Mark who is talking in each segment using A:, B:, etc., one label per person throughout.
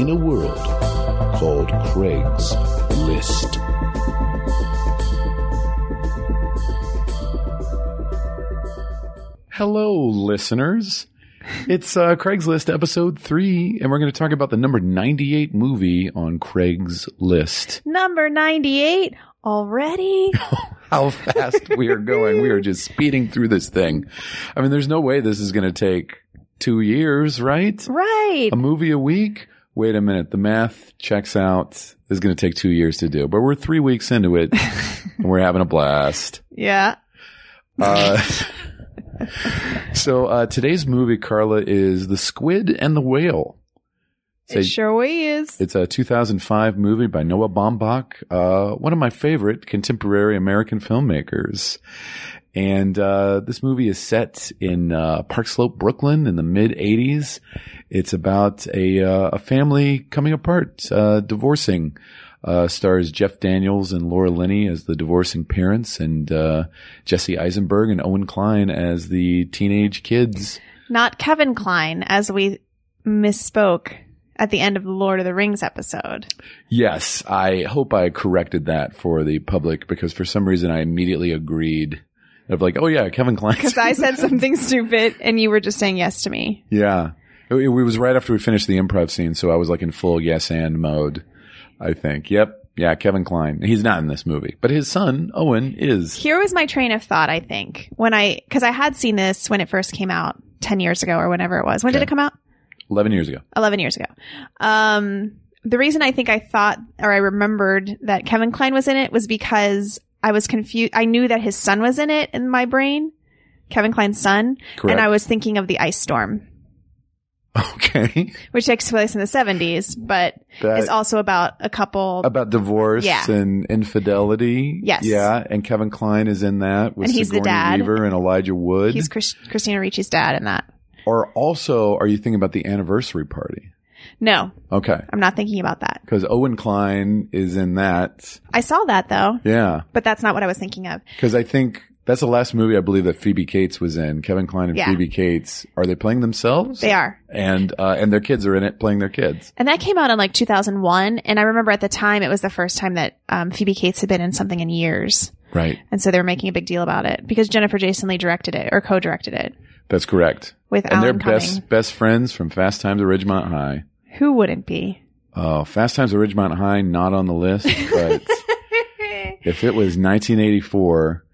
A: in a world called Craig's List.
B: Hello, listeners. It's uh, Craigslist episode three, and we're going to talk about the number 98 movie on Craigslist.
C: Number 98 already?
B: How fast we are going. We are just speeding through this thing. I mean, there's no way this is going to take two years, right?
C: right.
B: A movie a week? Wait a minute. The math checks out. This is going to take two years to do, but we're three weeks into it, and we're having a blast.
C: yeah.
B: Uh, so uh, today's movie, Carla, is The Squid and the Whale. It's a,
C: it sure is.
B: it's a 2005 movie by Noah Baumbach, uh, one of my favorite contemporary American filmmakers. And uh, this movie is set in uh, Park Slope, Brooklyn, in the mid 80s. It's about a uh, a family coming apart, uh, divorcing. Uh, stars Jeff Daniels and Laura Linney as the divorcing parents, and uh, Jesse Eisenberg and Owen Klein as the teenage kids.
C: Not Kevin Klein, as we misspoke at the end of the Lord of the Rings episode.
B: Yes, I hope I corrected that for the public because for some reason I immediately agreed of like, oh yeah, Kevin Klein.
C: Because I said something stupid and you were just saying yes to me.
B: yeah, it, it was right after we finished the improv scene, so I was like in full yes and mode. I think. Yep. Yeah, Kevin Klein. He's not in this movie, but his son Owen is.
C: Here was my train of thought, I think, when I, because I had seen this when it first came out 10 years ago or whenever it was. When did
B: Okay.
C: it come out?
B: Eleven years ago.
C: 11 years ago. Um, the reason I think I thought or I remembered that Kevin Klein was in it was because I was confused. I knew that his son was in it in my brain, Kevin Klein's son.
B: Correct.
C: And I was thinking of the ice storm,
B: okay.
C: which takes place in the 70s, but
B: That-
C: is also about a couple.
B: about divorce
C: Yeah.
B: and infidelity.
C: Yes.
B: Yeah, and Kevin Klein is in that with
C: And he's the
B: Sigourney
C: dad.
B: Weaver and Elijah Wood.
C: He's Chris- Christina Ricci's dad in that.
B: or also, are you thinking about the anniversary party?
C: No,
B: Okay.
C: I'm not thinking about that.
B: because Owen Klein is in that.
C: I saw that though,
B: Yeah,
C: but that's not what I was thinking of.
B: because I think that's the last movie I believe that Phoebe Cates was in. Kevin Klein and
C: Yeah.
B: Phoebe Cates are they playing themselves?
C: They are.
B: and uh, and their kids are in it playing their kids.
C: And that came out in like 2001. And I remember at the time it was the first time that um, Phoebe Cates had been in something in years.
B: Right,
C: And so they were making a big deal about it because Jennifer Jason Lee directed it or co directed it
B: that's correct.
C: with
B: and they're
C: Alan Cumming.
B: best best friends from Fast Times at Ridgemont High.
C: Who wouldn't be?
B: Uh, Fast Times at Ridgemont High not on the list, but if it was 1984,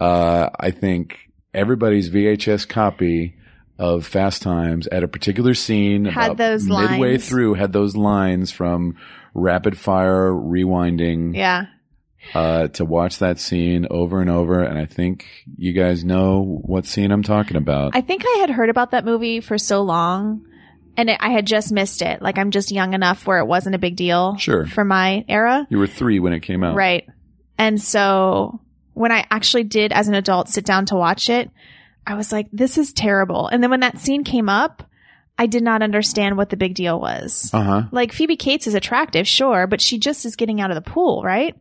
B: uh, I think everybody's VHS copy of Fast Times at a particular scene
C: Had
B: about
C: those
B: midway
C: lines.
B: through had those lines from rapid fire rewinding
C: yeah.
B: uh, to watch that scene over and over. And I think you guys know what scene I'm talking about.
C: I think I had heard about that movie for so long and it, I had just missed it. Like I'm just young enough where it wasn't a big deal
B: Sure.
C: for my era.
B: you were three when it came out.
C: Right. And so when I actually did as an adult sit down to watch it, I was like, this is terrible. And then when that scene came up, I did not understand what the big deal was.
B: Uh huh.
C: Like Phoebe Cates is attractive, sure, but she just is getting out of the pool, right?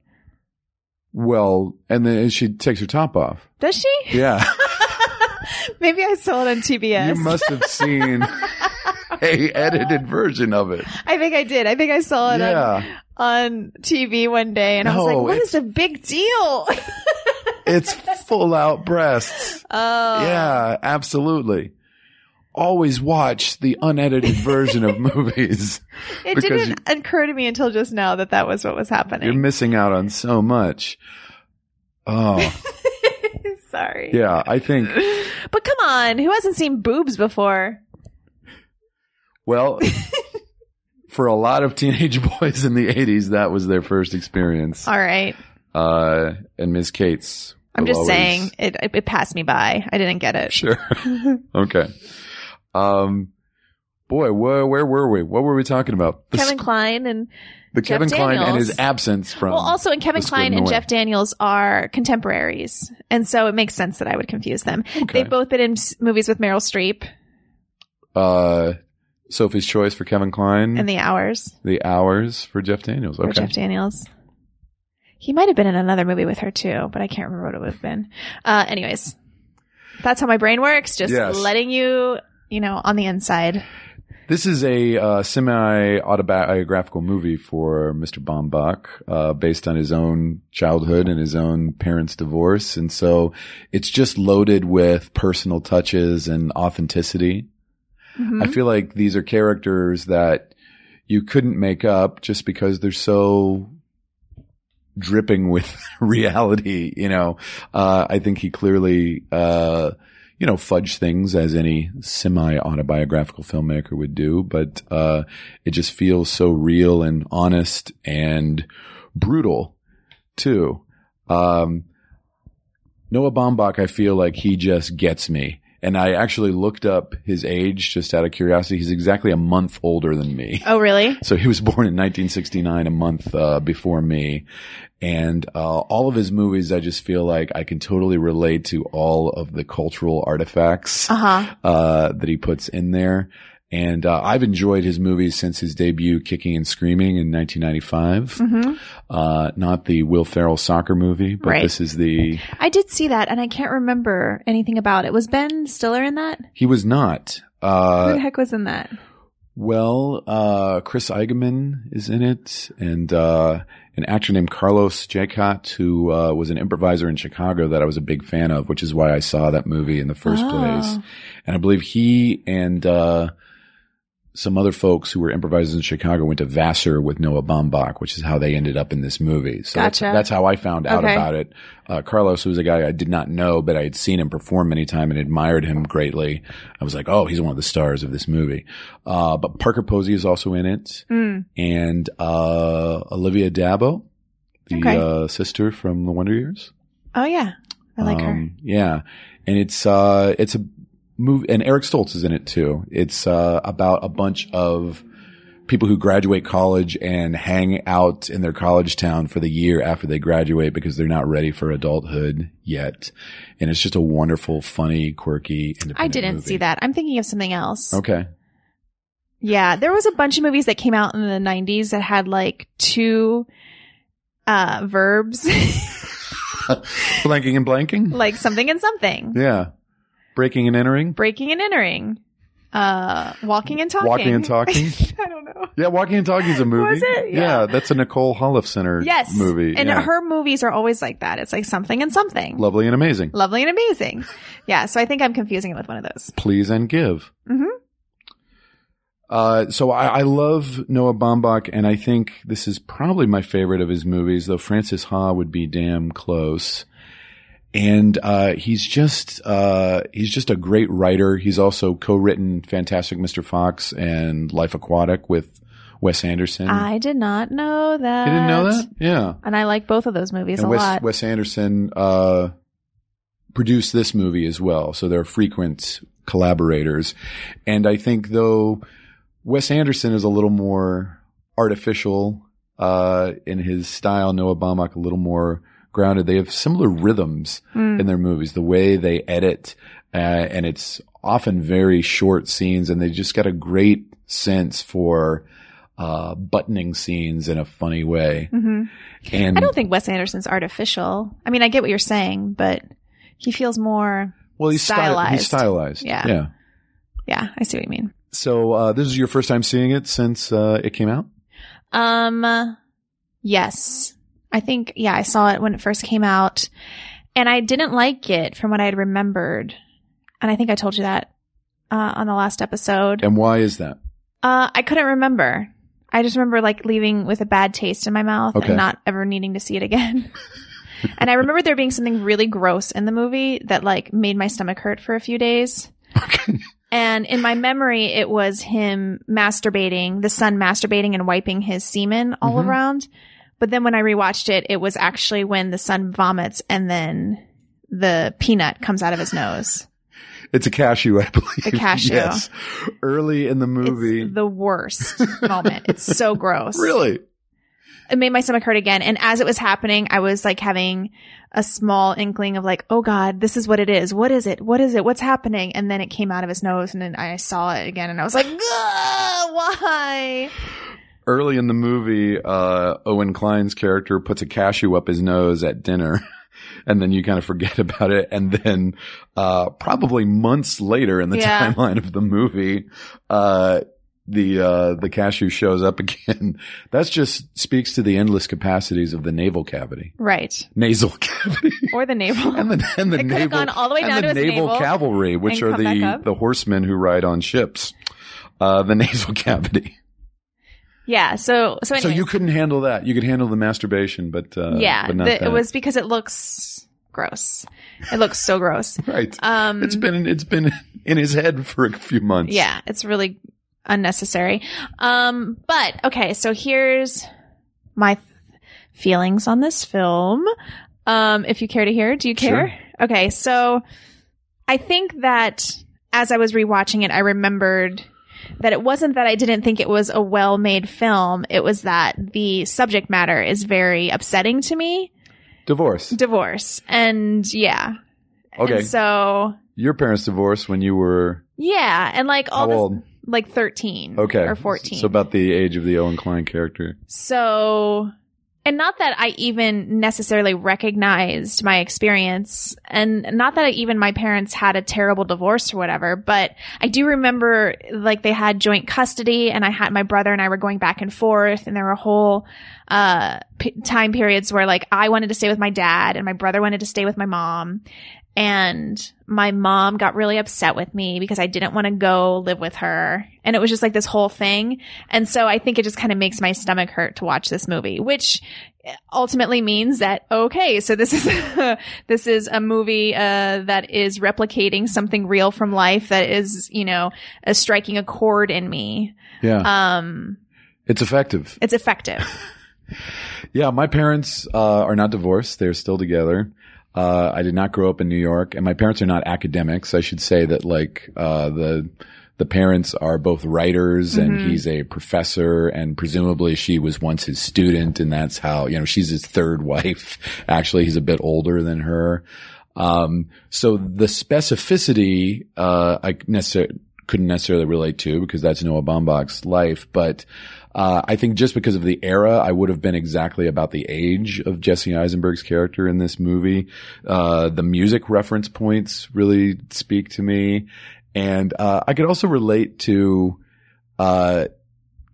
B: Well, and then she takes her top off.
C: Does she?
B: Yeah.
C: Maybe I saw it on TBS.
B: You must have seen a edited version of it.
C: I think I did. I think I saw it
B: Yeah.
C: on, on TV one day and I was
B: No,
C: like, what
B: it's-
C: is the big deal?
B: It's full out breasts.
C: Oh.
B: Yeah, absolutely. Always watch the unedited version of movies.
C: It
B: because
C: didn't occur to me until just now that that was what was
B: You're
C: happening.
B: missing out on so much. Oh,
C: Sorry.
B: yeah, I think
C: But come on, who hasn't seen boobs before?
B: well for a lot of teenage boys in the 80s that was their first experience.
C: All right.
B: Uh and Miss Cates.
C: I'm
B: will
C: just
B: always-
C: saying it, it it passed me by. I didn't get it.
B: Sure. okay. Um, Boy, where, where were we? What were we talking about? The,
C: Kevin
B: sc-
C: Klein and
B: the
C: Jeff
B: Kevin Klein and
C: Daniels.
B: his absence from.
C: well, also and Kevin
B: the
C: Klein
B: Squid
C: and
B: Away.
C: Jeff Daniels are contemporaries, and so it makes sense that I would confuse them.
B: Okay.
C: They've both been in s- movies with Meryl Streep
B: uh, Sophie's Choice for Kevin Klein
C: and
B: and
C: The Hours
B: The Hours for Jeff Daniels.
C: for
B: Hmm. Okay.
C: Jeff Daniels. He might have been in another movie with her too, but I can't remember what it would have been. Uh, anyways, that's how my brain works. Just
B: Yes.
C: letting you, you know, on the inside.
B: This is a uh, semi autobiographical movie for Mr. Bombach, uh, based on his own childhood and his own parents' divorce. And so it's just loaded with personal touches and authenticity.
C: Mhm.
B: I feel like these are characters that you couldn't make up just because they're so dripping with reality. You know, uh, I think he clearly, uh, you know, fudged things as any semi autobiographical filmmaker would do, but, uh, it just feels so real and honest and brutal too. Um, Noah Baumbach, I feel like he just gets me. And I actually looked up his age just out of curiosity. He's exactly a month older than me.
C: Oh, really?
B: So he was born in 1969, a month uh, before me. And uh, all of his movies, I just feel like I can totally relate to all of the cultural artifacts
C: Uh huh.
B: uh, that he puts in there. And uh, I've enjoyed his movies since his debut, Kicking and Screaming, in 1995.
C: hmm
B: Uh, not the Will Ferrell soccer movie, but
C: Right.
B: this is the.
C: I did see that, and I can't remember anything about it. Was Ben Stiller in that?
B: He was not.
C: Who
B: Uh,
C: the heck was in that?
B: Well, uh, Chris Eigeman is in it, and uh, an actor named Carlos Jacot, who uh, was an improviser in Chicago that I was a big fan of, which is why I saw that movie in the first
C: Oh.
B: place. And I believe he and uh, some other folks who were improvisers in Chicago went to Vassar with Noah Baumbach, which is how they ended up in this movie. So
C: Gotcha.
B: that's, that's how I found out
C: Okay.
B: about it. Uh, Carlos was a guy I did not know, but I had seen him perform many times and admired him greatly. I was like, oh, he's one of the stars of this movie. Uh, but Parker Posey is also in it,
C: Mm.
B: and uh, Olivia Dabo, the
C: Okay.
B: uh, sister from The Wonder Years.
C: Oh yeah, I like her.
B: Um, Yeah, and it's uh, it's a move, and Eric Stoltz is in it too. It's uh, about a bunch of people who graduate college and hang out in their college town for the year after they graduate because they're not ready for adulthood yet. And it's just a wonderful, funny, quirky. Independent
C: I didn't
B: movie.
C: see that. I'm thinking of something else.
B: Okay.
C: Yeah, there was a bunch of movies that came out in the 90s that had like two uh verbs,
B: Blanking and blanking.
C: like something and something.
B: yeah. Breaking and entering.
C: Breaking and entering. Uh walking and talking.
B: Walking and talking.
C: I don't know.
B: Yeah, Walking and Talking is a movie.
C: Was it? Yeah.
B: that's a Nicole Holof Center
C: Yes.
B: movie.
C: And
B: yeah.
C: her movies are always like that. It's like something and something.
B: lovely and amazing.
C: Lovely and amazing. Yeah, so I think I'm confusing it with one of those.
B: please and give.
C: Mhm.
B: Uh, so I, I love Noah Baumbach, and I think this is probably my favorite of his movies, though Francis Ha would be damn close. And uh, he's just uh, he's just a great writer. He's also co-written Fantastic Mr. Fox and Life Aquatic with Wes Anderson.
C: I did not know that.
B: you didn't know that? Yeah.
C: And I like both of those movies
B: And
C: a
B: Wes,
C: lot.
B: Wes Anderson uh, produced this movie as well, so they're frequent collaborators. And I think though Wes Anderson is a little more artificial uh, in his style, Noah Baumbach a little more grounded. They have similar rhythms
C: Mm.
B: in their movies, the way they edit, uh, and it's often very short scenes, and they just got a great sense for. Uh, buttoning scenes in a funny way,
C: Mhm.
B: and
C: I don't think Wes Anderson's artificial. I mean, I get what you're saying, but he feels more.
B: Well, he's stylized.
C: Stylized.
B: He's stylized.
C: Yeah.
B: Yeah.
C: Yeah, I see what you mean.
B: So uh, this is your first time seeing it since uh, it came out.
C: Um, yes, I think yeah, I saw it when it first came out, and I didn't like it from what I had remembered, and I think I told you that uh, on the last episode.
B: And why is that?
C: Uh, I couldn't remember. I just remember like leaving with a bad taste in my mouth
B: Okay.
C: and not ever needing to see it again. and I remember there being something really gross in the movie that like made my stomach hurt for a few days. And in my memory, it was him masturbating, the son masturbating and wiping his semen all
B: Mhm.
C: around. But then when I rewatched it, it was actually when the son vomits and then the peanut comes out of his nose.
B: It's a cashew, I believe.
C: A cashew.
B: Yes. Early in the movie.
C: It's the worst moment. It's so gross.
B: really?
C: It made my stomach hurt again. And as it was happening, I was like having a small inkling of like, oh God, this is what it is. What is it? What is it? What's happening? And then it came out of his nose and then I saw it again and I was like, "Ugh, why?
B: Early in the movie, uh, Owen Klein's character puts a cashew up his nose at dinner. And then you kind of forget about it. And then, uh, probably months later in the
C: Yeah.
B: timeline of the movie, uh, the, uh, the cashew shows up again. That's just speaks to the endless capacities of the navel cavity,
C: Right.
B: nasal cavity.
C: Or the navel.
B: and the and the
C: it could
B: naval
C: have gone all the way down
B: and
C: to
B: the
C: his
B: naval,
C: navel.
B: cavalry, which
C: and
B: are
C: come back
B: the
C: up.
B: the horsemen who ride on ships. Uh, the nasal cavity.
C: yeah. So, so,
B: so
C: anyways,
B: you couldn't handle that. You could handle the masturbation, but uh,
C: yeah,
B: but not
C: the-
B: that.
C: it was because it looks gross. It looks so gross.
B: right.
C: Um,
B: it's been it's been in his head for a few months.
C: Yeah, it's really unnecessary. Um, but okay, so here's my th- feelings on this film. Um, if you care to hear, do you care? Okay, so I think that as I was rewatching it, I remembered that it wasn't that I didn't think it was a well made film. It was that the subject matter is very upsetting to me.
B: Divorce.
C: Divorce. And yeah.
B: Okay.
C: And so
B: Your parents divorced when you were
C: yeah. And like all
B: how
C: this
B: old?
C: like 13
B: Okay.
C: or 14
B: So about the age of the Owen Klein character.
C: so and not that i even necessarily recognized my experience and not that even my parents had a terrible divorce or whatever but i do remember like they had joint custody and i had my brother and i were going back and forth and there were whole uh p- time periods where like i wanted to stay with my dad and my brother wanted to stay with my mom and my mom got really upset with me because I didn't want to go live with her. And it was just like this whole thing. And so I think it just kind of makes my stomach hurt to watch this movie, which ultimately means that okay, so this is this is a movie uh, that is replicating something real from life that is you know uh, striking a chord in me.
B: Yeah.
C: Um,
B: it's effective.
C: it's effective.
B: Yeah, my parents uh, are not divorced. They're still together. Uh, I did not grow up in New York, and my parents are not academics. I should say that, like uh, the the parents are both writers,
C: Mhm.
B: and he's a professor, and presumably she was once his student, and that's how you know she's his third wife. Actually, he's a bit older than her. Um, so the specificity uh, I necessarily couldn't necessarily relate to because that's Noah Baumbach's life, but uh, I think just because of the era, I would have been exactly about the age of Jesse Eisenberg's character in this movie. Uh, the music reference points really speak to me. And uh, I could also relate to uh,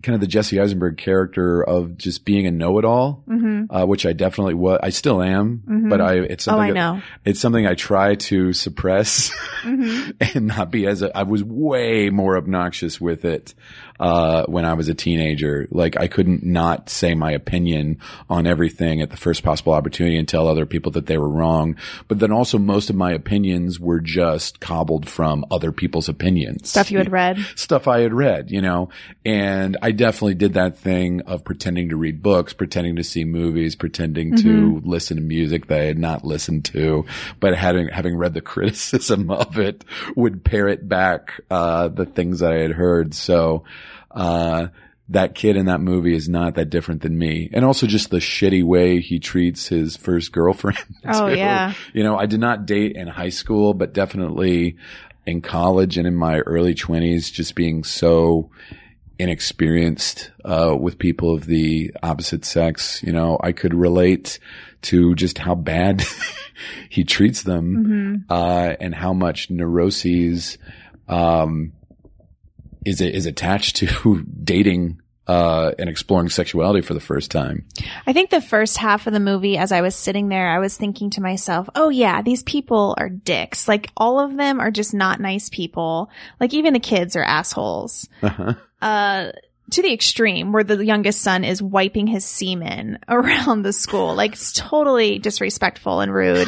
B: kind of the Jesse Eisenberg character of just being a know it all,
C: hmm
B: uh, which I definitely was. I still am,
C: Mhm.
B: but I it's
C: Oh,
B: something
C: I
B: that-
C: know.
B: it's something I try to suppress
C: Mhm.
B: and not be as I was way more obnoxious with it uh, when I was a teenager. Like I couldn't not say my opinion on everything at the first possible opportunity and tell other people that they were wrong. But then also most of my opinions were just cobbled from other people's opinions
C: Stuff you had read.
B: stuff I had read, you know, and I definitely did that thing of pretending to read books, pretending to see movies, pretending to
C: Mm-hmm.
B: listen to music that I had not listened to, but having, having read the criticism of it would parrot back, uh, the things that I had heard. So, uh, that kid in that movie is not that different than me. And also just the shitty way he treats his first girlfriend.
C: Oh,
B: too.
C: yeah.
B: You know, I did not date in high school, but definitely in college and in my early 20s, just being so inexperienced uh, with people of the opposite sex. You know, I could relate to just how bad he treats them
C: hmm
B: uh, and how much neuroses um, is is attached to dating uh, and exploring sexuality for the first time.
C: I think the first half of the movie, as I was sitting there, I was thinking to myself, oh yeah, these people are dicks. Like all of them are just not nice people. Like even the kids are assholes.
B: Uh-huh.
C: Uh, to the extreme where the youngest son is wiping his semen around the school. Like it's totally disrespectful and rude.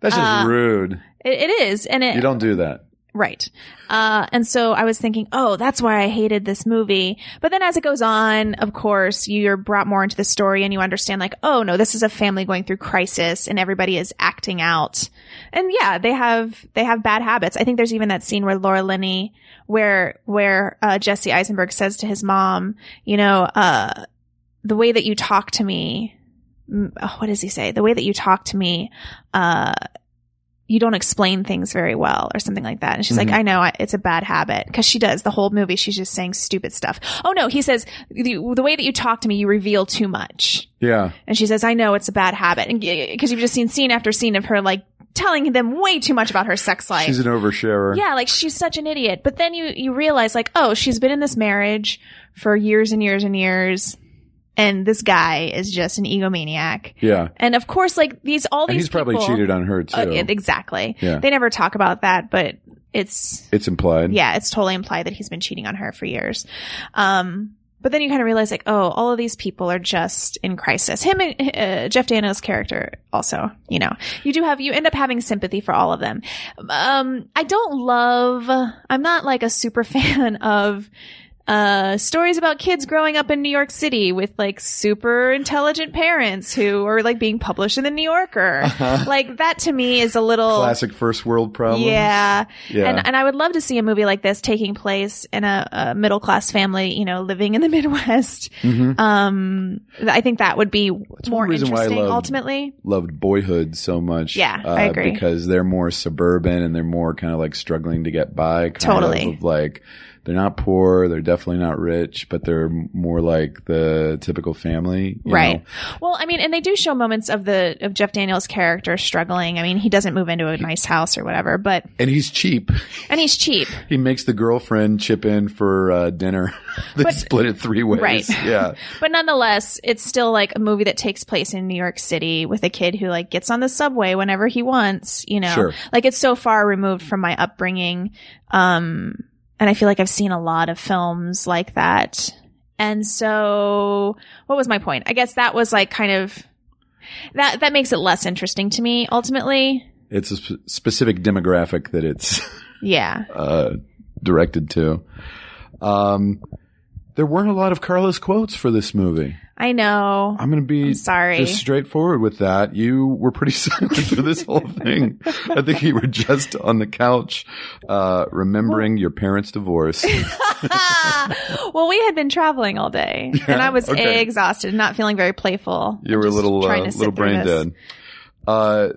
B: That's just
C: Uh, eh.
B: rude.
C: It, it is. And it,
B: You don't do that.
C: Right. Uh, and so I was thinking, oh, that's why I hated this movie. But then as it goes on, of course, you're brought more into the story and you understand like, oh no, this is a family going through crisis and everybody is acting out. And yeah, they have, they have bad habits. I think there's even that scene where Laura Linney, where, where, uh, Jesse Eisenberg says to his mom, you know, uh, the way that you talk to me, mm, oh, what does he say? The way that you talk to me, uh, you don't explain things very well or something like that. And she's
B: Mhm.
C: like, I know I- it's a bad habit. Cause she does the whole movie. She's just saying stupid stuff. Oh no. He says, the, the way that you talk to me, you reveal too much.
B: Yeah.
C: And she says, I know it's a bad habit. And cause you've just seen scene after scene of her like telling them way too much about her sex life.
B: She's an oversharer.
C: Yeah, like she's such an idiot. But then you you realize like, oh, she's been in this marriage for years and years and years, and this guy is just an egomaniac.
B: Yeah.
C: And of course, like these all
B: And
C: these
B: he's probably
C: people-
B: cheated on her too.
C: Uh, yeah, exactly.
B: Yeah.
C: They never talk about that, but it's
B: it's implied.
C: yeah, it's totally implied that he's been cheating on her for years. Um, but then you kind of realize like, oh, all of these people are just in crisis. Him and uh, Jeff Daniels' character also, you know, you do have you end up having sympathy for all of them. Um, I don't love. I'm not like a super fan of. Uh, stories about kids growing up in New York City with like super intelligent parents who are like being published in the New Yorker. like that to me is a little
B: Uh-huh. Classic first world problems.
C: Yeah.
B: Yeah.
C: And, and I would love to see a movie like this taking place in a, a middle class family, you know, living in the Midwest.
B: Mhm.
C: Um, th- I think that would be
B: one
C: more
B: reason why I
C: interesting
B: love-
C: ultimately.
B: Loved Boyhood so much. uh,
C: Yeah, I agree.
B: Because they're more suburban and they're more kind of like struggling to get by. Kind
C: Totally.
B: Of, of like, they're not poor. They're definitely not rich, but they're more like the typical family. you
C: Right.
B: know?
C: Well, I mean, and they do show moments of the of Jeff Daniels' character struggling. I mean, he doesn't move into a nice house or whatever, but
B: And he's cheap.
C: and he's cheap.
B: He makes the girlfriend chip in for uh, dinner. they
C: But-
B: split it three ways.
C: Right.
B: Yeah.
C: But nonetheless, it's still like a movie that takes place in New York City with a kid who like gets on the subway whenever he wants, you know.
B: Sure.
C: Like it's so far removed from my upbringing. Um and I feel like I've seen a lot of films like that. And so what was my point? I guess that was like kind of that that makes it less interesting to me ultimately.
B: It's a sp- specific demographic that it's
C: Yeah.
B: uh, directed to. Um, there weren't a lot of Carlos quotes for this movie.
C: I know.
B: I'm going to be
C: I'm sorry.
B: just straightforward with that. You were pretty silent through this whole thing. I think you were just on the couch, uh, remembering your parents' divorce.
C: well, we had been traveling all day, and I was
B: okay.
C: exhausted, not feeling very playful.
B: You were a
C: Just
B: little
C: trying
B: uh,
C: to sit
B: little
C: through
B: brain
C: this.
B: dead. Uh,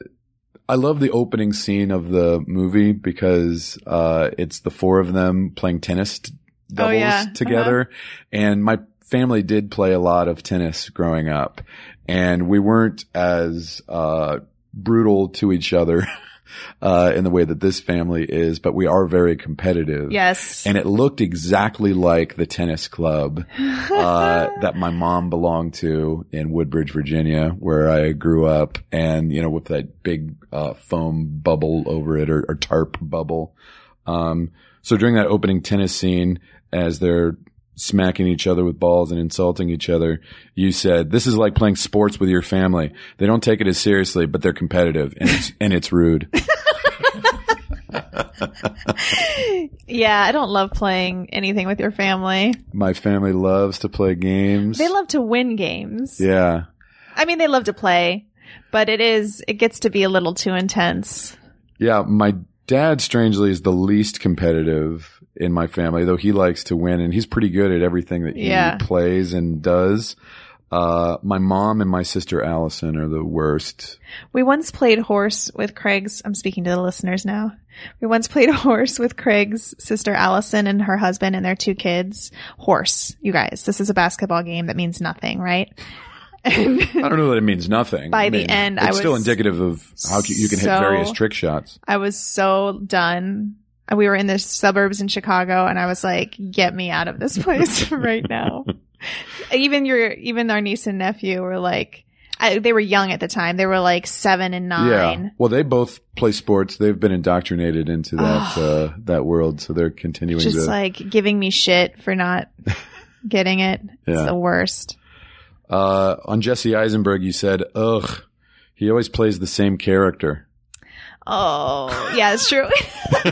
B: I love the opening scene of the movie because uh, it's the four of them playing tennis t-
C: Oh,
B: doubles
C: yeah.
B: together, and my family did play a lot of tennis growing up, and we weren't as uh, brutal to each other. Uh, in the way that this family is, but we are very competitive.
C: Yes.
B: And it looked exactly like the tennis club uh, that my mom belonged to in Woodbridge, Virginia, where I grew up, and you know, with that big uh, foam bubble over it or, or tarp bubble. Um, so during that opening tennis scene, as they're smacking each other with balls and insulting each other, you said, "This is like playing sports with your family. They don't take it as seriously, but they're competitive, and it's, and it's rude."
C: yeah, I don't love playing anything with your family.
B: My family loves to play games.
C: They love to win games.
B: yeah.
C: I mean, they love to play, but it is it gets to be a little too intense.
B: Yeah, my dad strangely is the least competitive in my family, though he likes to win and he's pretty good at everything that he
C: Yeah.
B: plays and does. Uh, my mom and my sister Allison are the worst.
C: We once played horse with Craig's. I'm speaking to the listeners now. We once played horse with Craig's sister Allison and her husband and their two kids. Horse, you guys. This is a basketball game that means nothing, right?
B: I don't know that it means nothing.
C: By
B: I
C: the
B: mean,
C: end,
B: it's
C: I
B: still
C: was
B: indicative of how c- you can hit
C: so-
B: various trick shots.
C: I was so done. We were in the suburbs in Chicago, and I was like, "Get me out of this place right now." even your, even our niece and nephew were like, I, they were young at the time. They were like seven and
B: Yeah.
C: nine.
B: Well, they both play sports. They've been indoctrinated into that
C: Oh.
B: uh, that world, so they're continuing
C: Just
B: to.
C: like giving me shit for not getting it. It's
B: Yeah.
C: the worst.
B: uh, on Jesse Eisenberg, you said, "Ugh, he always plays the same character."
C: Oh, yeah, it's true.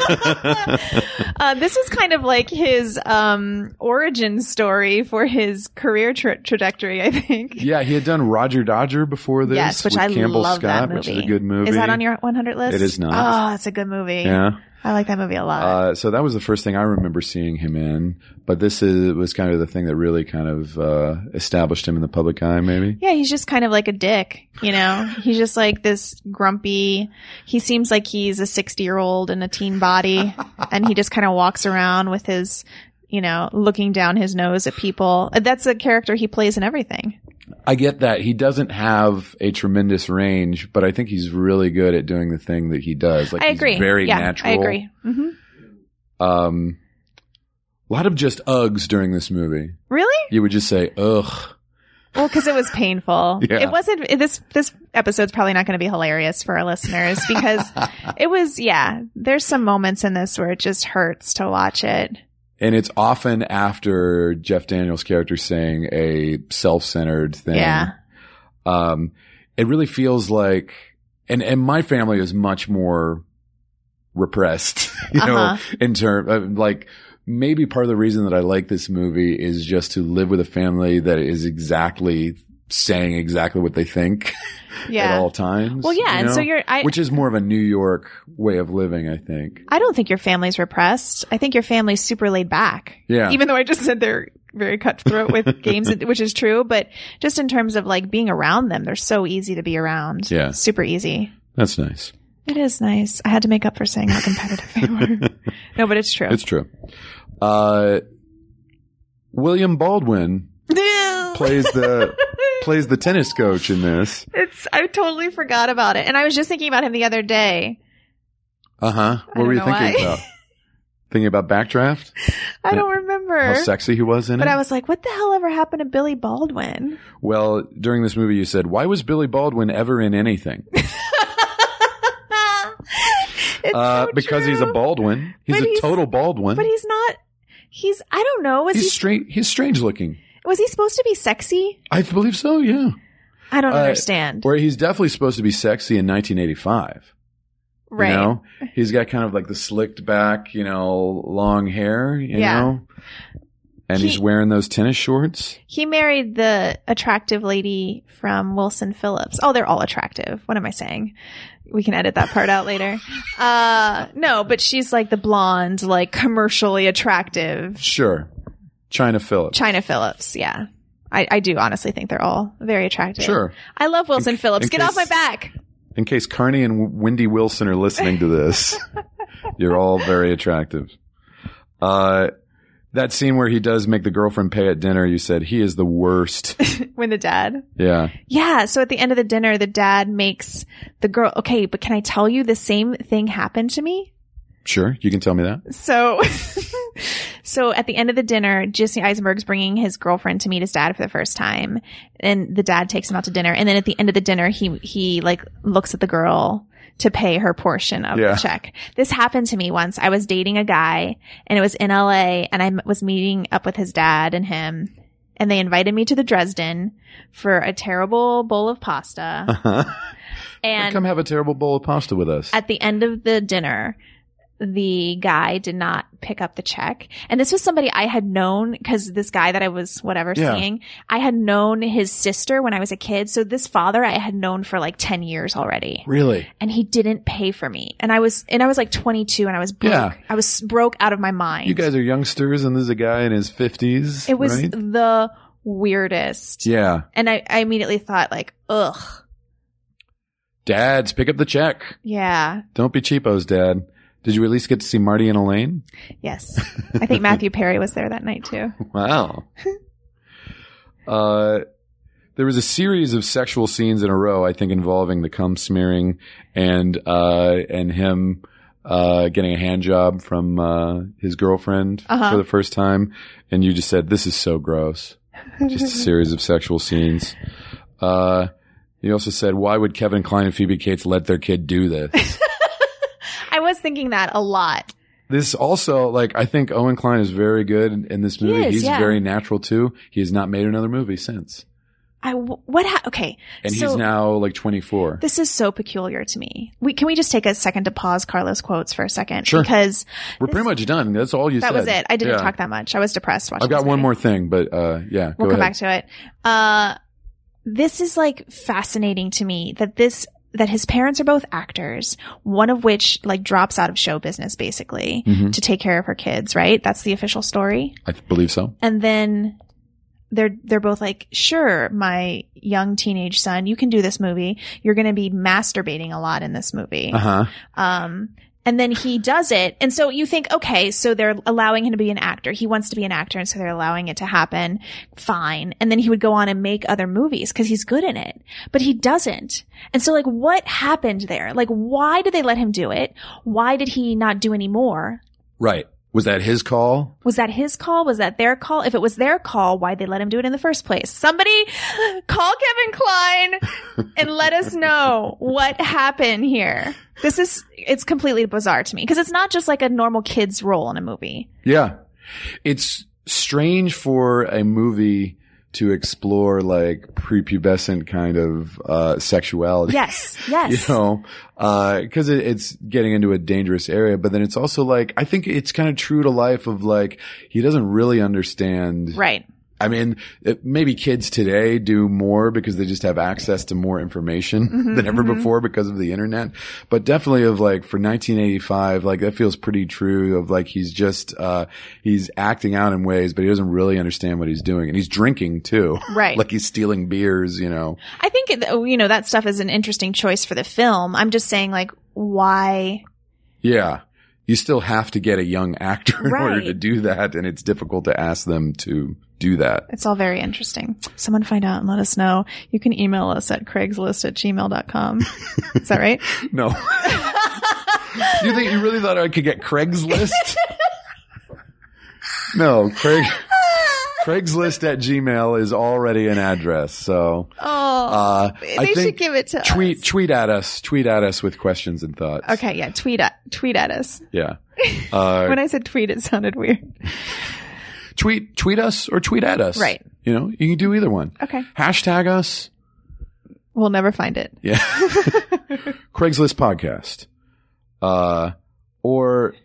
C: uh, this is kind of like his um, origin story for his career tra- trajectory, I think.
B: Yeah, he had done Roger Dodger before this.
C: yes, which
B: with
C: I
B: Campbell
C: love
B: Scott,
C: that movie.
B: which is a good movie.
C: Is that on your 100 list?
B: It is not.
C: Oh, it's a good movie.
B: Yeah.
C: I like that movie a lot.
B: Uh, so that was the first thing I remember seeing him in. But this is, was kind of the thing that really kind of uh, established him in the public eye, maybe.
C: Yeah, he's just kind of like a dick, you know? he's just like this grumpy. He seems like he's a 60 year old in a teen body, and he just kind of walks around with his, you know, looking down his nose at people. That's a character he plays in everything.
B: I get that. He doesn't have a tremendous range, but I think he's really good at doing the thing that he does. Like
C: I
B: he's
C: agree.
B: very
C: yeah,
B: natural.
C: I agree. hmm
B: Um, a lot of just ughs during this movie.
C: Really?
B: You would just say, ugh.
C: Well, because it was painful.
B: Yeah.
C: It wasn't. it- This this episode's probably not going to be hilarious for our listeners because it was. Yeah, there's some moments in this where it just hurts to watch it.
B: And it's often after Jeff Daniels' character saying a self-centered thing.
C: Yeah.
B: Um, it really feels like, and, and my family is much more repressed, you know,
C: Uh-huh.
B: in term uh, like maybe part of the reason that I like this movie is just to live with a family that is exactly saying exactly what they think
C: Yeah.
B: at all times.
C: Well, yeah,
B: you
C: and so
B: know?
C: you're. I,
B: which is more of a New York way of living, I think.
C: I don't think your family's repressed. I think your family's super laid back.
B: Yeah.
C: Even though I just said they're very cutthroat with games, which is true, but just in terms of like being around them, they're so easy to be around.
B: Yeah.
C: Super easy.
B: That's nice.
C: It is nice. I had to make up for saying how competitive they were. No, but it's true.
B: It's true. Uh, William Baldwin plays the plays the tennis coach in this.
C: It's I totally forgot about it. And I was just thinking about him the other day.
B: Uh huh. What
C: I
B: were you
C: don't know
B: thinking
C: why.
B: about? Thinking about backdraft?
C: I
B: Yeah.
C: don't remember.
B: How sexy he was in
C: But
B: it.
C: I was like, what the hell ever happened to Billy Baldwin?
B: well, during this movie, you said, "Why was Billy Baldwin ever in anything?"
C: It's
B: uh,
C: so
B: because he's a
C: true.
B: Baldwin. He's
C: But
B: a
C: he's-
B: total Baldwin.
C: But he's not. He's. I don't know. Was
B: he's
C: he?
B: strange. He's strange looking.
C: Was he supposed to be sexy?
B: I believe so. Yeah.
C: I don't
B: Uh,
C: understand.
B: Where he's definitely supposed to be sexy in 1985.
C: Right.
B: You know, he's got kind of like the slicked back, you know, long hair, you
C: Yeah.
B: know, and he's
C: He-
B: wearing those tennis shorts.
C: He married the attractive lady from Wilson Phillips. Oh, they're all attractive. What am I saying? We can edit that part out later. Uh, no, but she's like the blonde, like commercially attractive
B: Sure. China Phillips.
C: China Phillips. Yeah. I, I do honestly think they're all very attractive.
B: Sure.
C: I love Wilson Phillips.
B: in
C: Get
B: case-
C: off my back.
B: In case Carney and Wendy Wilson are listening to this, you're all very attractive. Uh, that scene where he does make the girlfriend pay at dinner, you said he is the worst.
C: When the dad.
B: Yeah.
C: Yeah. So at the end of the dinner, the dad makes the girl, okay, but can I tell you the same thing happened to me?
B: Sure. You can tell me that.
C: So, so at the end of the dinner, Jesse Eisenberg's bringing his girlfriend to meet his dad for the first time, and the dad takes him out to dinner. And then at the end of the dinner, he he like looks at the girl to pay her portion of the
B: Yeah.
C: check. This happened to me once. I was dating a guy, and it was in L.A., and I m- was meeting up with his dad and him. And they invited me to the Dresden for a terrible bowl of pasta.
B: Uh-huh.
C: And
B: Come have a terrible bowl of pasta with us.
C: at the end of the dinner, the guy did not pick up the check. And this was somebody I had known because this guy that I was whatever
B: Yeah.
C: seeing, I had known his sister when I was a kid. So this father I had known for like 10 years already.
B: really?
C: And he didn't pay for me. And I was, and I was like 22 and I was broke.
B: Yeah.
C: I was broke out of my mind.
B: You guys are youngsters, and this is a guy in his 50s.
C: it was
B: right?
C: the weirdest.
B: Yeah.
C: And I, I immediately thought like, ugh,
B: Dads, pick up the check.
C: yeah,
B: Don't be cheapos, Dad. Did you at least get to see Marty and Elaine?
C: yes. I think Matthew Perry was there that night too.
B: Wow. uh, there was a series of sexual scenes in a row, I think, involving the cum smearing and uh, and him uh, getting a hand job from uh, his girlfriend
C: Uh-huh.
B: for the first time. And you just said, "This is so gross." Just a series of sexual scenes. Uh, you also said, "Why would Kevin Klein and Phoebe Cates let their kid do this?"
C: I was thinking that a lot.
B: This also, like, I think Owen Klein is very good in, in this
C: He
B: movie.
C: is,
B: He's
C: yeah.
B: very natural too. He has not made another movie since.
C: I what ha- okay.
B: And
C: so
B: he's now like 24.
C: this is so peculiar to me. We can we just take a second to pause Carlos quotes for a second
B: Sure.
C: because
B: We're pretty much done. That's all you
C: that
B: said.
C: was it. I didn't
B: Yeah.
C: talk that much. I was depressed watching.
B: I've got
C: this
B: one
C: movie.
B: more thing, but uh, yeah,
C: We'll
B: go
C: come back
B: ahead.
C: to it. Uh, this is like fascinating to me that this that his parents are both actors, one of which like drops out of show business basically
B: Mhm.
C: to take care of her kids. Right? That's the official story.
B: I th- believe so.
C: and then they're they're both like, "Sure, my young teenage son, you can do this movie. You're going to be masturbating a lot in this movie."
B: Uh huh.
C: Um and then he does it. And so you think, "Okay, so they're allowing him to be an actor. He wants to be an actor, and so they're allowing it to happen. Fine." And then he would go on and make other movies cuz he's good in it. But he doesn't. And so like what happened there? Like why did they let him do it? Why did he not do any more?
B: Right. Was that his call?
C: Was that his call? Was that their call? If it was their call, why'd they let him do it in the first place? Somebody call Kevin Klein and let us know what happened here. This is, it's completely bizarre to me because it's not just like a normal kid's role in a movie.
B: Yeah. It's strange for a movie to explore like prepubescent kind of uh, sexuality.
C: Yes. Yes.
B: You know, because it, it's getting into a dangerous area, but then it's also like, I think it's kind of true to life of like, he doesn't really understand.
C: Right.
B: I mean, it, maybe kids today do more because they just have access to more information
C: Mhm,
B: than ever
C: mhm.
B: before because of the internet. But definitely of like for 1985, like that feels pretty true of like he's just, uh, he's acting out in ways, but he doesn't really understand what he's doing. And he's drinking too.
C: Right.
B: like he's stealing beers, you know.
C: I think, it- oh, you know, that stuff is an interesting choice for the film. I'm just saying like, why?
B: Yeah. You still have to get a young actor in order
C: Right.
B: to do that. And it's difficult to ask them to do that.
C: It's all very interesting. Someone find out and let us know. You can email us at craigslist at gmail.com. Is that right?
B: No. you think you really thought I could get Craigslist? no, Craig, Craigslist at Gmail is already an address. So
C: Oh,
B: uh,
C: they
B: I
C: should
B: think
C: give it to
B: tweet
C: us.
B: tweet at us, tweet at us with questions and thoughts.
C: Okay, yeah, tweet at tweet at us.
B: yeah. Uh,
C: When I said tweet, it sounded weird.
B: tweet tweet us or tweet at us.
C: Right.
B: You know, you can do either one.
C: Okay,
B: Hashtag us.
C: we'll never find it.
B: Yeah. Craigslist podcast. Uh, or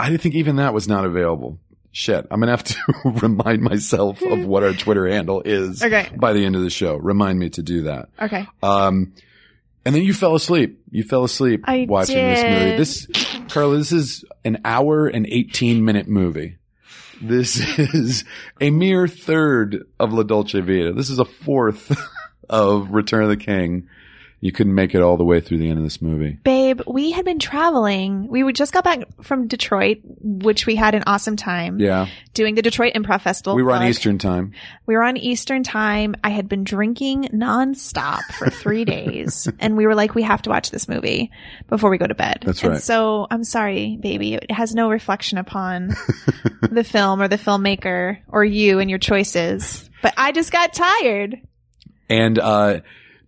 B: I didn't think even that was not available. Shit. I'm going to have to remind myself of what our Twitter handle is
C: Okay,
B: by the end of the show. Remind me to do that.
C: okay.
B: Um, and then you fell asleep. You fell asleep
C: I
B: watching
C: did.
B: this movie. This, Carla, this is an hour and 18 minute movie. This is a mere third of La Dolce Vita. This is a fourth of Return of the King. You couldn't make it all the way through the end of this movie.
C: Babe, we had been traveling. We would just got back from Detroit, which we had an awesome time
B: Yeah.
C: doing the Detroit Improv Festival.
B: We were on
C: plug.
B: Eastern time.
C: We were on Eastern time. I had been drinking nonstop for three days, and we were like, we have to watch this movie before we go to bed.
B: That's
C: And
B: right.
C: so I'm sorry, baby. It has no reflection upon the film or the filmmaker or you and your choices. But I just got tired.
B: And uh,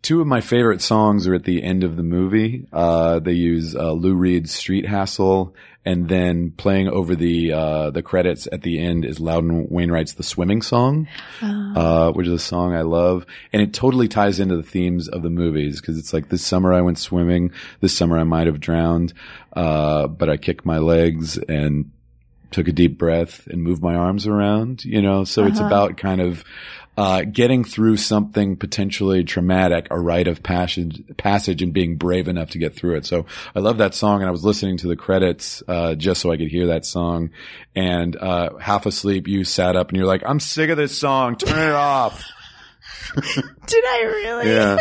B: two of my favorite songs are at the end of the movie. Uh, they use uh, Lou Reed's "Street Hassle," and then playing over the uh, the credits at the end is Loudon Wainwright's "The Swimming Song,"
C: Oh,
B: uh, which is a song I love, and it totally ties into the themes of the movies because it's like this summer I went swimming, this summer I might have drowned, uh, but I kicked my legs and took a deep breath and moved my arms around, you know. So it's
C: Uh-huh.
B: about kind of uh, getting through something potentially traumatic, a rite of passage, passage, and being brave enough to get through it. So I love that song, and I was listening to the credits uh, just so I could hear that song. And uh, half asleep, you sat up and you're like, "I'm sick of this song. Turn it off."
C: did I really?
B: Yeah.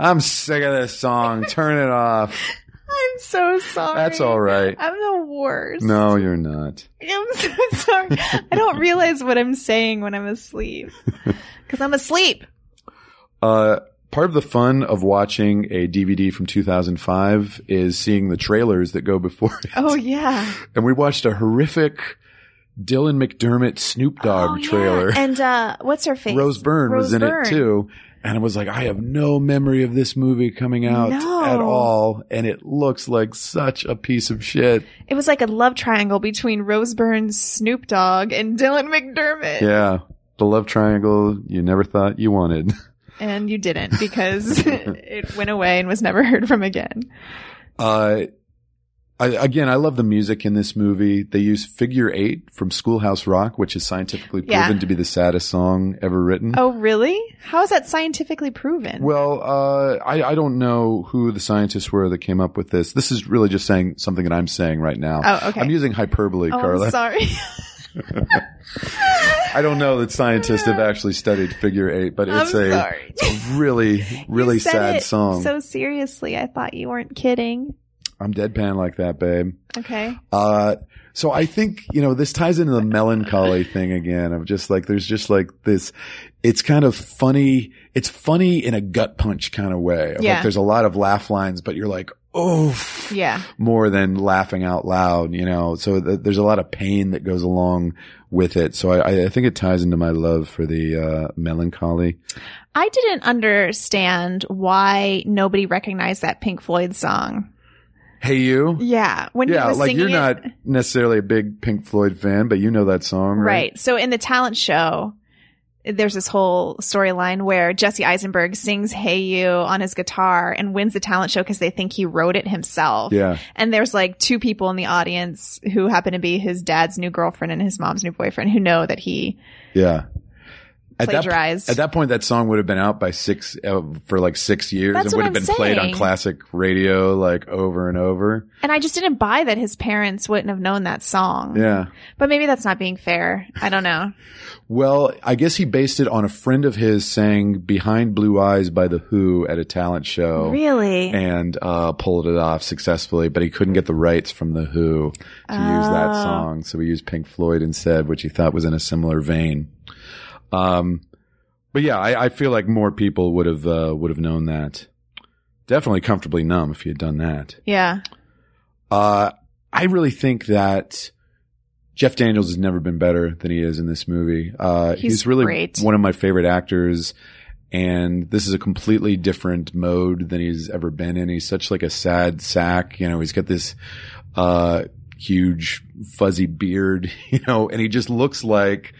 B: I'm sick of this song. Turn it off.
C: I'm so sorry.
B: That's all right.
C: I'm the worst.
B: No, you're not.
C: I'm so sorry. I don't realize what I'm saying when I'm asleep because I'm asleep.
B: Uh, part of the fun of watching a DVD from 2005 is seeing the trailers that go before it.
C: Oh yeah.
B: And we watched a horrific Dylan McDermott Snoop Dogg
C: Oh, yeah.
B: trailer.
C: And uh, what's her face?
B: Rose Byrne was
C: Rose
B: in
C: Byrne.
B: it too. And I was like, I have no memory of this movie coming out
C: No.
B: at all. And it looks like such a piece of shit.
C: It was like a love triangle between Rose Byrne, Snoop Dogg, and Dylan McDermott.
B: Yeah. the love triangle you never thought you wanted.
C: and you didn't because it went away and was never heard from again.
B: Uh, I, again, I love the music in this movie. They use Figure Eight from Schoolhouse Rock, which is scientifically
C: Yeah.
B: proven to be the saddest song ever written.
C: Oh, really? How is that scientifically proven?
B: Well, uh, I, I don't know who the scientists were that came up with this. This is really just saying something that I'm saying right now.
C: oh, okay.
B: I'm using hyperbole,
C: oh,
B: Carla.
C: I'm sorry.
B: I don't know that scientists have actually studied Figure Eight, but
C: Oh, I'm
B: it's a
C: sorry.
B: really, really
C: You said
B: sad
C: it
B: song.
C: So seriously, I thought you weren't kidding.
B: I'm deadpan like that, babe.
C: Okay.
B: Uh, so I think, you know, this ties into the melancholy thing again of just like, there's just like this, it's kind of funny. It's funny in a gut punch kind of way. Of
C: Yeah.
B: Like there's a lot of laugh lines, but you're like, oof,
C: Yeah.
B: more than laughing out loud, you know? So th- there's a lot of pain that goes along with it. So I- I, I think it ties into my love for the, uh, melancholy.
C: I didn't understand why nobody recognized that Pink Floyd song.
B: Hey, you.
C: Yeah. When he
B: Yeah,
C: was
B: like
C: singing
B: you're
C: it-
B: not necessarily a big Pink Floyd fan, but you know that song,
C: Right.
B: right?
C: So in the talent show, there's this whole storyline where Jesse Eisenberg sings Hey You on his guitar and wins the talent show because they think he wrote it himself.
B: Yeah.
C: And there's like two people in the audience who happen to be his dad's new girlfriend and his mom's new boyfriend who know that he
B: Yeah. At that,
C: plagiarized.
B: At that point, that song would have been out by six uh, for like six years.
C: That's
B: it would
C: what
B: have been
C: I'm
B: played on
C: saying.
B: classic radio like over and over.
C: and I just didn't buy that his parents wouldn't have known that song.
B: Yeah.
C: But maybe that's not being fair. I don't know.
B: Well, I guess he based it on a friend of his sang "Behind Blue Eyes" by the Who at a talent show.
C: really?
B: And uh, pulled it off successfully, but he couldn't get the rights from the Who to use that
C: Oh.
B: song, so he used Pink Floyd instead, which he thought was in a similar vein. Um, but yeah, I, I feel like more people would have uh, would have known that. Definitely comfortably numb if you had done that.
C: yeah.
B: Uh, I really think that Jeff Daniels has never been better than he is in this movie. Uh, he's,
C: He's
B: really
C: great.
B: one of my favorite actors. And this is a completely different mode than he's ever been in. He's such like a sad sack. You know, he's got this, uh, huge fuzzy beard, you know, and he just looks like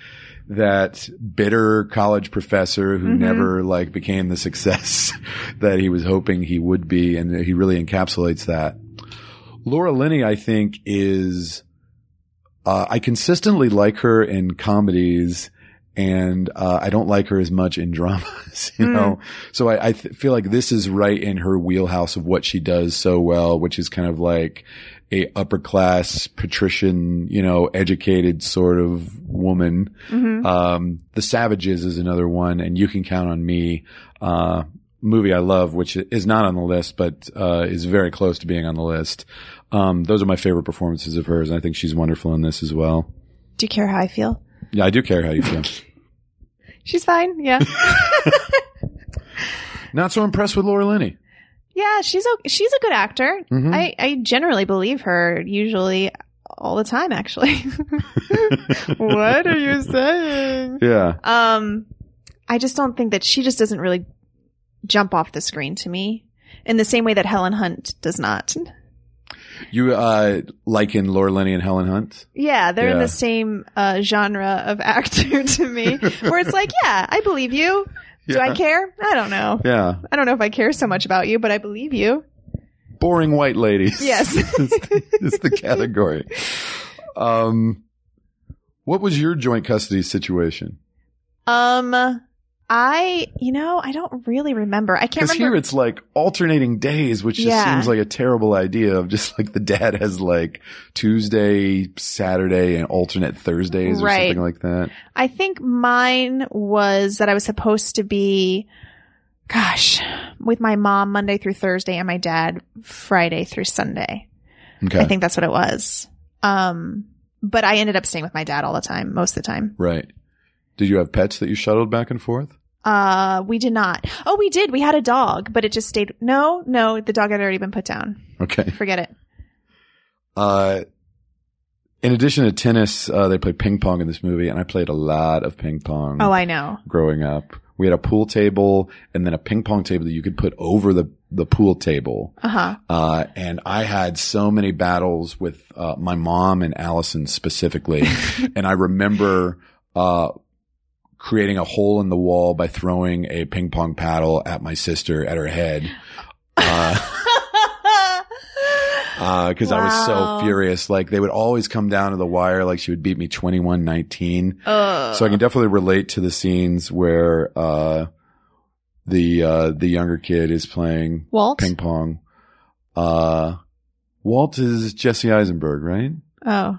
B: that bitter college professor who
C: Mhm.
B: never like became the success that he was hoping he would be. And he really encapsulates that. Laura Linney, I think, is uh, I consistently like her in comedies, and uh, I don't like her as much in dramas. You
C: Mm.
B: know, so I, I th- feel like this is right in her wheelhouse of what she does so well, which is kind of like a upper class patrician, you know, educated sort of woman.
C: hmm
B: Um, the Savages is another one, and You Can Count on Me, uh, movie I love, which is not on the list, but uh, is very close to being on the list. Um, those are my favorite performances of hers, and I think she's wonderful in this as well.
C: Do you care how I feel?
B: Yeah, I do care how you feel.
C: She's fine. Yeah.
B: not so impressed with Laura Linney.
C: yeah. She's a, she's a good actor.
B: Mhm.
C: I, I generally believe her usually all the time, actually. what are you saying?
B: yeah,
C: Um, I just don't think that she just doesn't really jump off the screen to me in the same way that Helen Hunt does not.
B: you uh, liken Laura Linney and Helen Hunt.
C: Yeah, they're in
B: Yeah.
C: the same uh, genre of actor to me, where it's like, yeah, I believe you. Do I care? I don't know.
B: Yeah,
C: I don't know if I care so much about you, but I believe you.
B: boring white ladies.
C: Yes.
B: is, the, is the category. Um, what was your joint custody situation?
C: Um, I, you know, I don't really remember. I can't
B: Because
C: remember.
B: here it's like alternating days, which just
C: Yeah.
B: seems like a terrible idea of just like the dad has like Tuesday, Saturday, and alternate Thursdays or
C: Right.
B: something like that.
C: I think mine was that I was supposed to be, gosh, with my mom Monday through Thursday and my dad Friday through Sunday.
B: Okay.
C: I think that's what it was. Um, but I ended up staying with my dad all the time, most of the time.
B: right. Did you have pets that you shuttled back and forth?
C: Uh, we did not. Oh, we did. We had a dog, but it just stayed. No, no, the dog had already been put down.
B: Okay.
C: Forget it.
B: Uh, in addition to tennis, uh, they play ping pong in this movie, and I played a lot of ping pong.
C: Oh, I know.
B: growing up. We had a pool table and then a ping pong table that you could put over the, the pool table.
C: Uh huh.
B: Uh, and I had so many battles with, uh, my mom and Allison specifically. and I remember, uh, creating a hole in the wall by throwing a ping pong paddle at my sister at her head. Uh, uh, cause I was so
C: Wow.
B: furious. Like they would always come down to the wire. Like she would beat me 21 19.
C: Ugh.
B: So I can definitely relate to the scenes where, uh, the, uh, the younger kid is playing
C: Walt.
B: ping pong. Uh, Walt is Jesse Eisenberg, right?
C: Oh,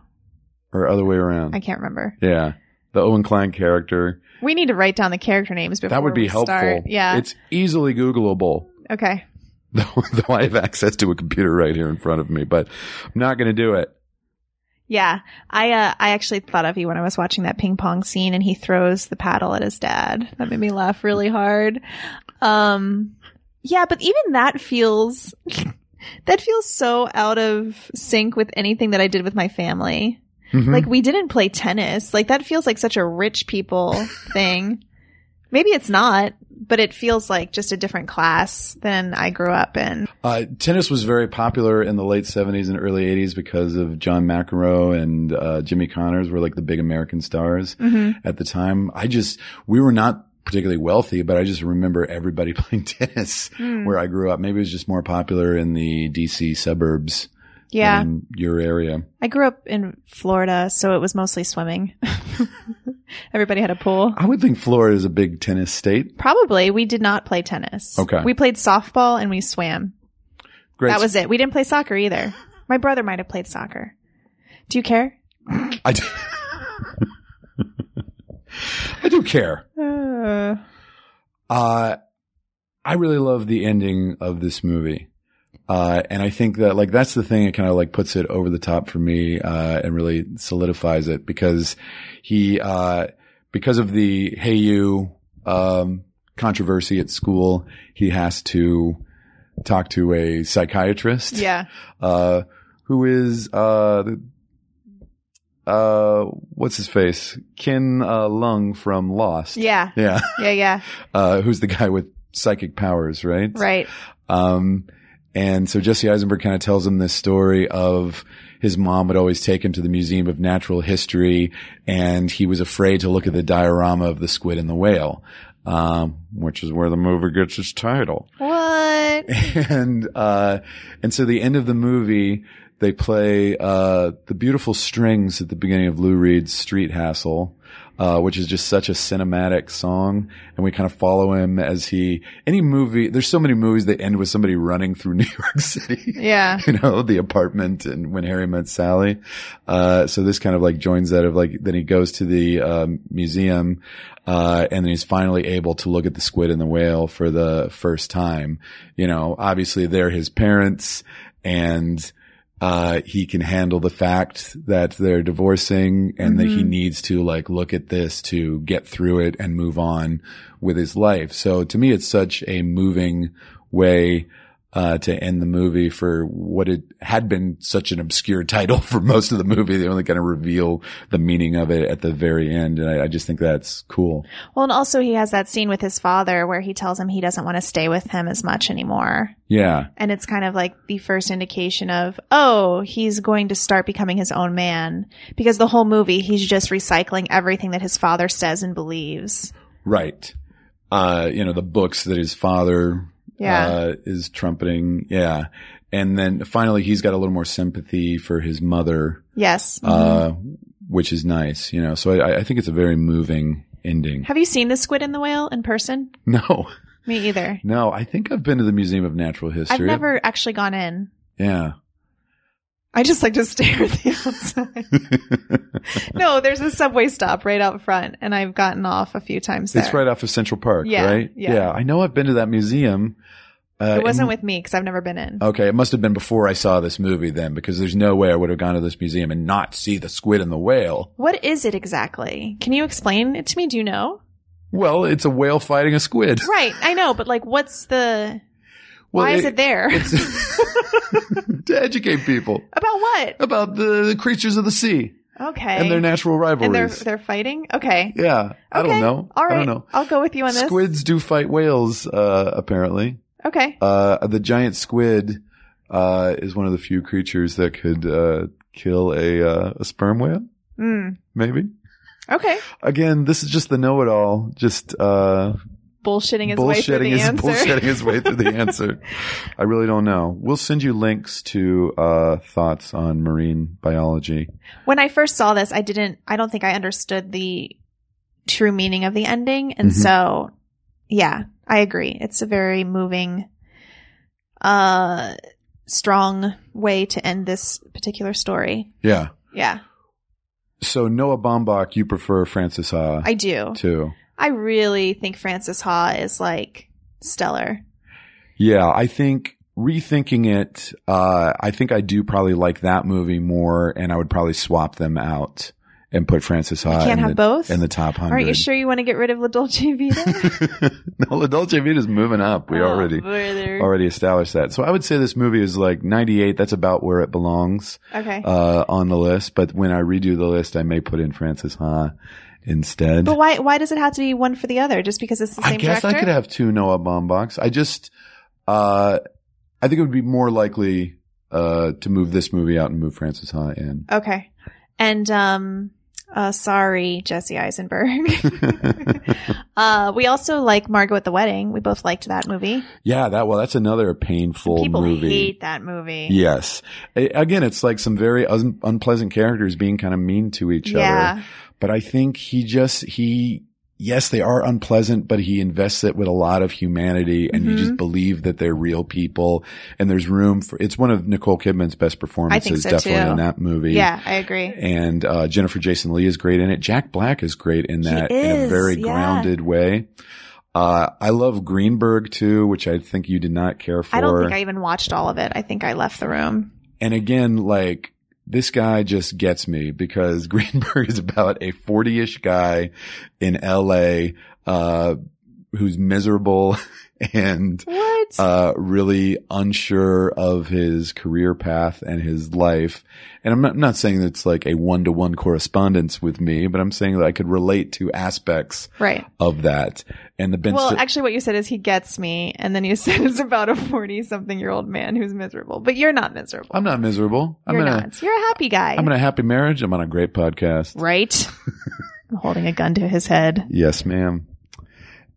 B: Or other way around.
C: I can't remember.
B: yeah. The Owen Klein character.
C: We need to write down the character names before
B: that would be
C: we
B: helpful.
C: Start. Yeah.
B: It's easily Googleable.
C: okay.
B: Though, though I have access to a computer right here in front of me, but I'm not going to do it.
C: Yeah. I uh, I actually thought of you when I was watching that ping pong scene and he throws the paddle at his dad. That made me laugh really hard. Um yeah, but even that feels that feels so out of sync with anything that I did with my family.
B: Mhm.
C: Like we didn't play tennis. Like that feels like such a rich people thing. Maybe it's not, but it feels like just a different class than I grew up in.
B: Uh, tennis was very popular in the late 70s and early 80s because of John McEnroe and uh, Jimmy Connors were like the big American stars
C: Mhm.
B: at the time. I just, we were not particularly wealthy, but I just remember everybody playing tennis
C: Mm.
B: where I grew up. Maybe it was just more popular in the DC suburbs
C: Yeah.
B: than your area.
C: I grew up in Florida, so it was mostly swimming. Everybody had a pool.
B: I would think Florida is a big tennis state.
C: Probably we did not play tennis.
B: Okay.
C: We played softball and we swam.
B: Great.
C: That was it. We didn't play soccer either. My brother might have played soccer. Do you care?
B: I do, I do care.
C: Uh,
B: Uh, I really love the ending of this movie. Uh, and I think that like that's the thing that kind of like puts it over the top for me, uh, and really solidifies it because he, uh, because of the Hey You, um, controversy at school, he has to talk to a psychiatrist.
C: yeah.
B: Uh, who is, uh, the- uh, what's his face? Ken, uh, Lung from Lost.
C: Yeah.
B: Yeah
C: Yeah. Yeah.
B: uh, who's the guy with psychic powers, right?
C: Right.
B: Um, and so Jesse Eisenberg kind of tells him this story of his mom would always take him to the Museum of Natural History, and he was afraid to look at the diorama of the squid and the whale, um, which is where the movie gets its title
C: What?
B: and uh, and so the end of the movie they play uh, the beautiful strings at the beginning of Lou Reed's Street Hassle. Uh, which is just such a cinematic song, and we kind of follow him as he. Any movie, there's so many movies that end with somebody running through New York City,
C: Yeah.
B: you know, the apartment and when Harry met Sally. Uh, so this kind of like joins that of like then he goes to the um, museum, uh, and then he's finally able to look at the squid and the whale for the first time. You know, obviously they're his parents and, uh, he can handle the fact that they're divorcing and that he
C: Mhm.
B: needs to like look at this to get through it and move on with his life. So to me, it's such a moving way. Uh, to end the movie for what it had been such an obscure title for most of the movie. They only kind of reveal the meaning of it at the very end. And I, I just think that's cool.
C: Well, and also he has that scene with his father where he tells him he doesn't want to stay with him as much anymore.
B: Yeah.
C: And it's kind of like the first indication of, oh, he's going to start becoming his own man. Because the whole movie, he's just recycling everything that his father says and believes.
B: Right. Uh, you know, the books that his father
C: Yeah.
B: uh, is trumpeting. Yeah. And then finally, he's got a little more sympathy for his mother,
C: yes. Mm-hmm.
B: uh, which is nice, you know. So I, I think it's a very moving ending.
C: Have you seen the squid and the whale in person?
B: No,
C: Me either.
B: no, I think I've been to the Museum of Natural
C: I've
B: History.
C: never actually gone in.
B: Yeah.
C: I just like to stare at the outside. no, there's a subway stop right out front, and I've gotten off a few times there.
B: It's right off of Central Park,
C: Yeah,
B: right?
C: yeah.
B: I know I've been to that museum. Uh,
C: It wasn't
B: in-
C: with me because I've never been in.
B: Okay, it must have been before I saw this movie then, because there's no way I would have gone to this museum and not see the squid and the whale.
C: What is it exactly? Can you explain it to me? Do you know?
B: Well, it's a whale fighting a squid.
C: Right, I know, but like, what's the?
B: Well,
C: why is it there?
B: it's- to educate people
C: About what?
B: about the creatures of the sea
C: Okay.
B: and their natural
C: and they're
B: rivalries.
C: they're fighting. Okay.
B: yeah, I
C: Okay.
B: don't know.
C: All right.
B: I don't know.
C: will go with you on this.
B: Squids do fight whales, uh, apparently.
C: Okay.
B: Uh, the giant squid uh, is one of the few creatures that could uh, kill a, uh, a sperm whale,
C: Mm.
B: maybe.
C: Okay.
B: Again, this is just the know-it-all, just uh,
C: Bullshitting his way through
B: bullshitting
C: the
B: his
C: answer.
B: bullshitting his way through the answer. I really don't know. We'll send you links to uh, thoughts on marine biology.
C: When I first saw this, I didn't, I don't think I understood the true meaning of the ending. And
B: Mhm.
C: so, yeah, I agree. It's a very moving, uh, strong way to end this particular story.
B: Yeah.
C: Yeah,
B: So Noah Baumbach, you prefer Francis Ha
C: I do.
B: too?
C: I really think Francis Ha is like stellar.
B: Yeah, I think rethinking it, uh, I think I do probably like that movie more, and I would probably swap them out and put Francis Ha
C: you can't
B: in,
C: have
B: the,
C: both.
B: in the top hundred.
C: Are you sure you want to get rid of La Dolce Vita?
B: no, La Dolce Vita's moving up. We
C: Oh,
B: already
C: brother.
B: already established that. So I would say this movie is like 98. That's about where it belongs
C: Okay.
B: uh, on the list. But when I redo the list, I may put in Francis Ha instead.
C: but why why does it have to be one for the other? Just because it's the same
B: I guess
C: director?
B: I could have two Noah Baumbachs. I just, uh, I think it would be more likely uh, to move this movie out and move Francis Ha in.
C: Okay. And um uh sorry, Jesse Eisenberg. uh we also like Margot at the Wedding. We both liked that movie.
B: yeah, that well, that's another painful
C: People
B: movie.
C: hate that movie.
B: Yes. A- again, it's like some very un- unpleasant characters being kind of mean to each other.
C: Yeah.
B: But I think he just, he, yes, they are unpleasant, but he invests it with a lot of humanity and you
C: Mm-hmm.
B: just believe that they're real people and there's room for, it's one of Nicole Kidman's best performances
C: so,
B: definitely
C: too.
B: in that movie.
C: Yeah, I agree.
B: And, uh, Jennifer Jason Lee is great in it. Jack Black is great in
C: He
B: that in a
C: is,
B: very
C: yeah.
B: grounded way. Uh, I love Greenberg too, which I think you did not care for
C: I don't think I even watched all of it. I think I left the room.
B: and again, like this guy just gets me because Greenberg is about a 40 ish guy in LA, uh, who's miserable and,
C: What?
B: uh, really unsure of his career path and his life. And I'm not, I'm not saying it's like a one to one correspondence with me, but I'm saying that I could relate to aspects
C: right.
B: of that. And the Ben,
C: Well,
B: Sti-
C: actually, what you said is he gets me, and then you said it's about a forty-something-year-old man who's miserable. But you're not miserable.
B: I'm not miserable. I'm
C: You're
B: in a,
C: not. You're a happy guy,
B: I'm in a happy marriage. I'm on a great podcast.
C: right? I'm holding a gun to his head.
B: Yes, ma'am.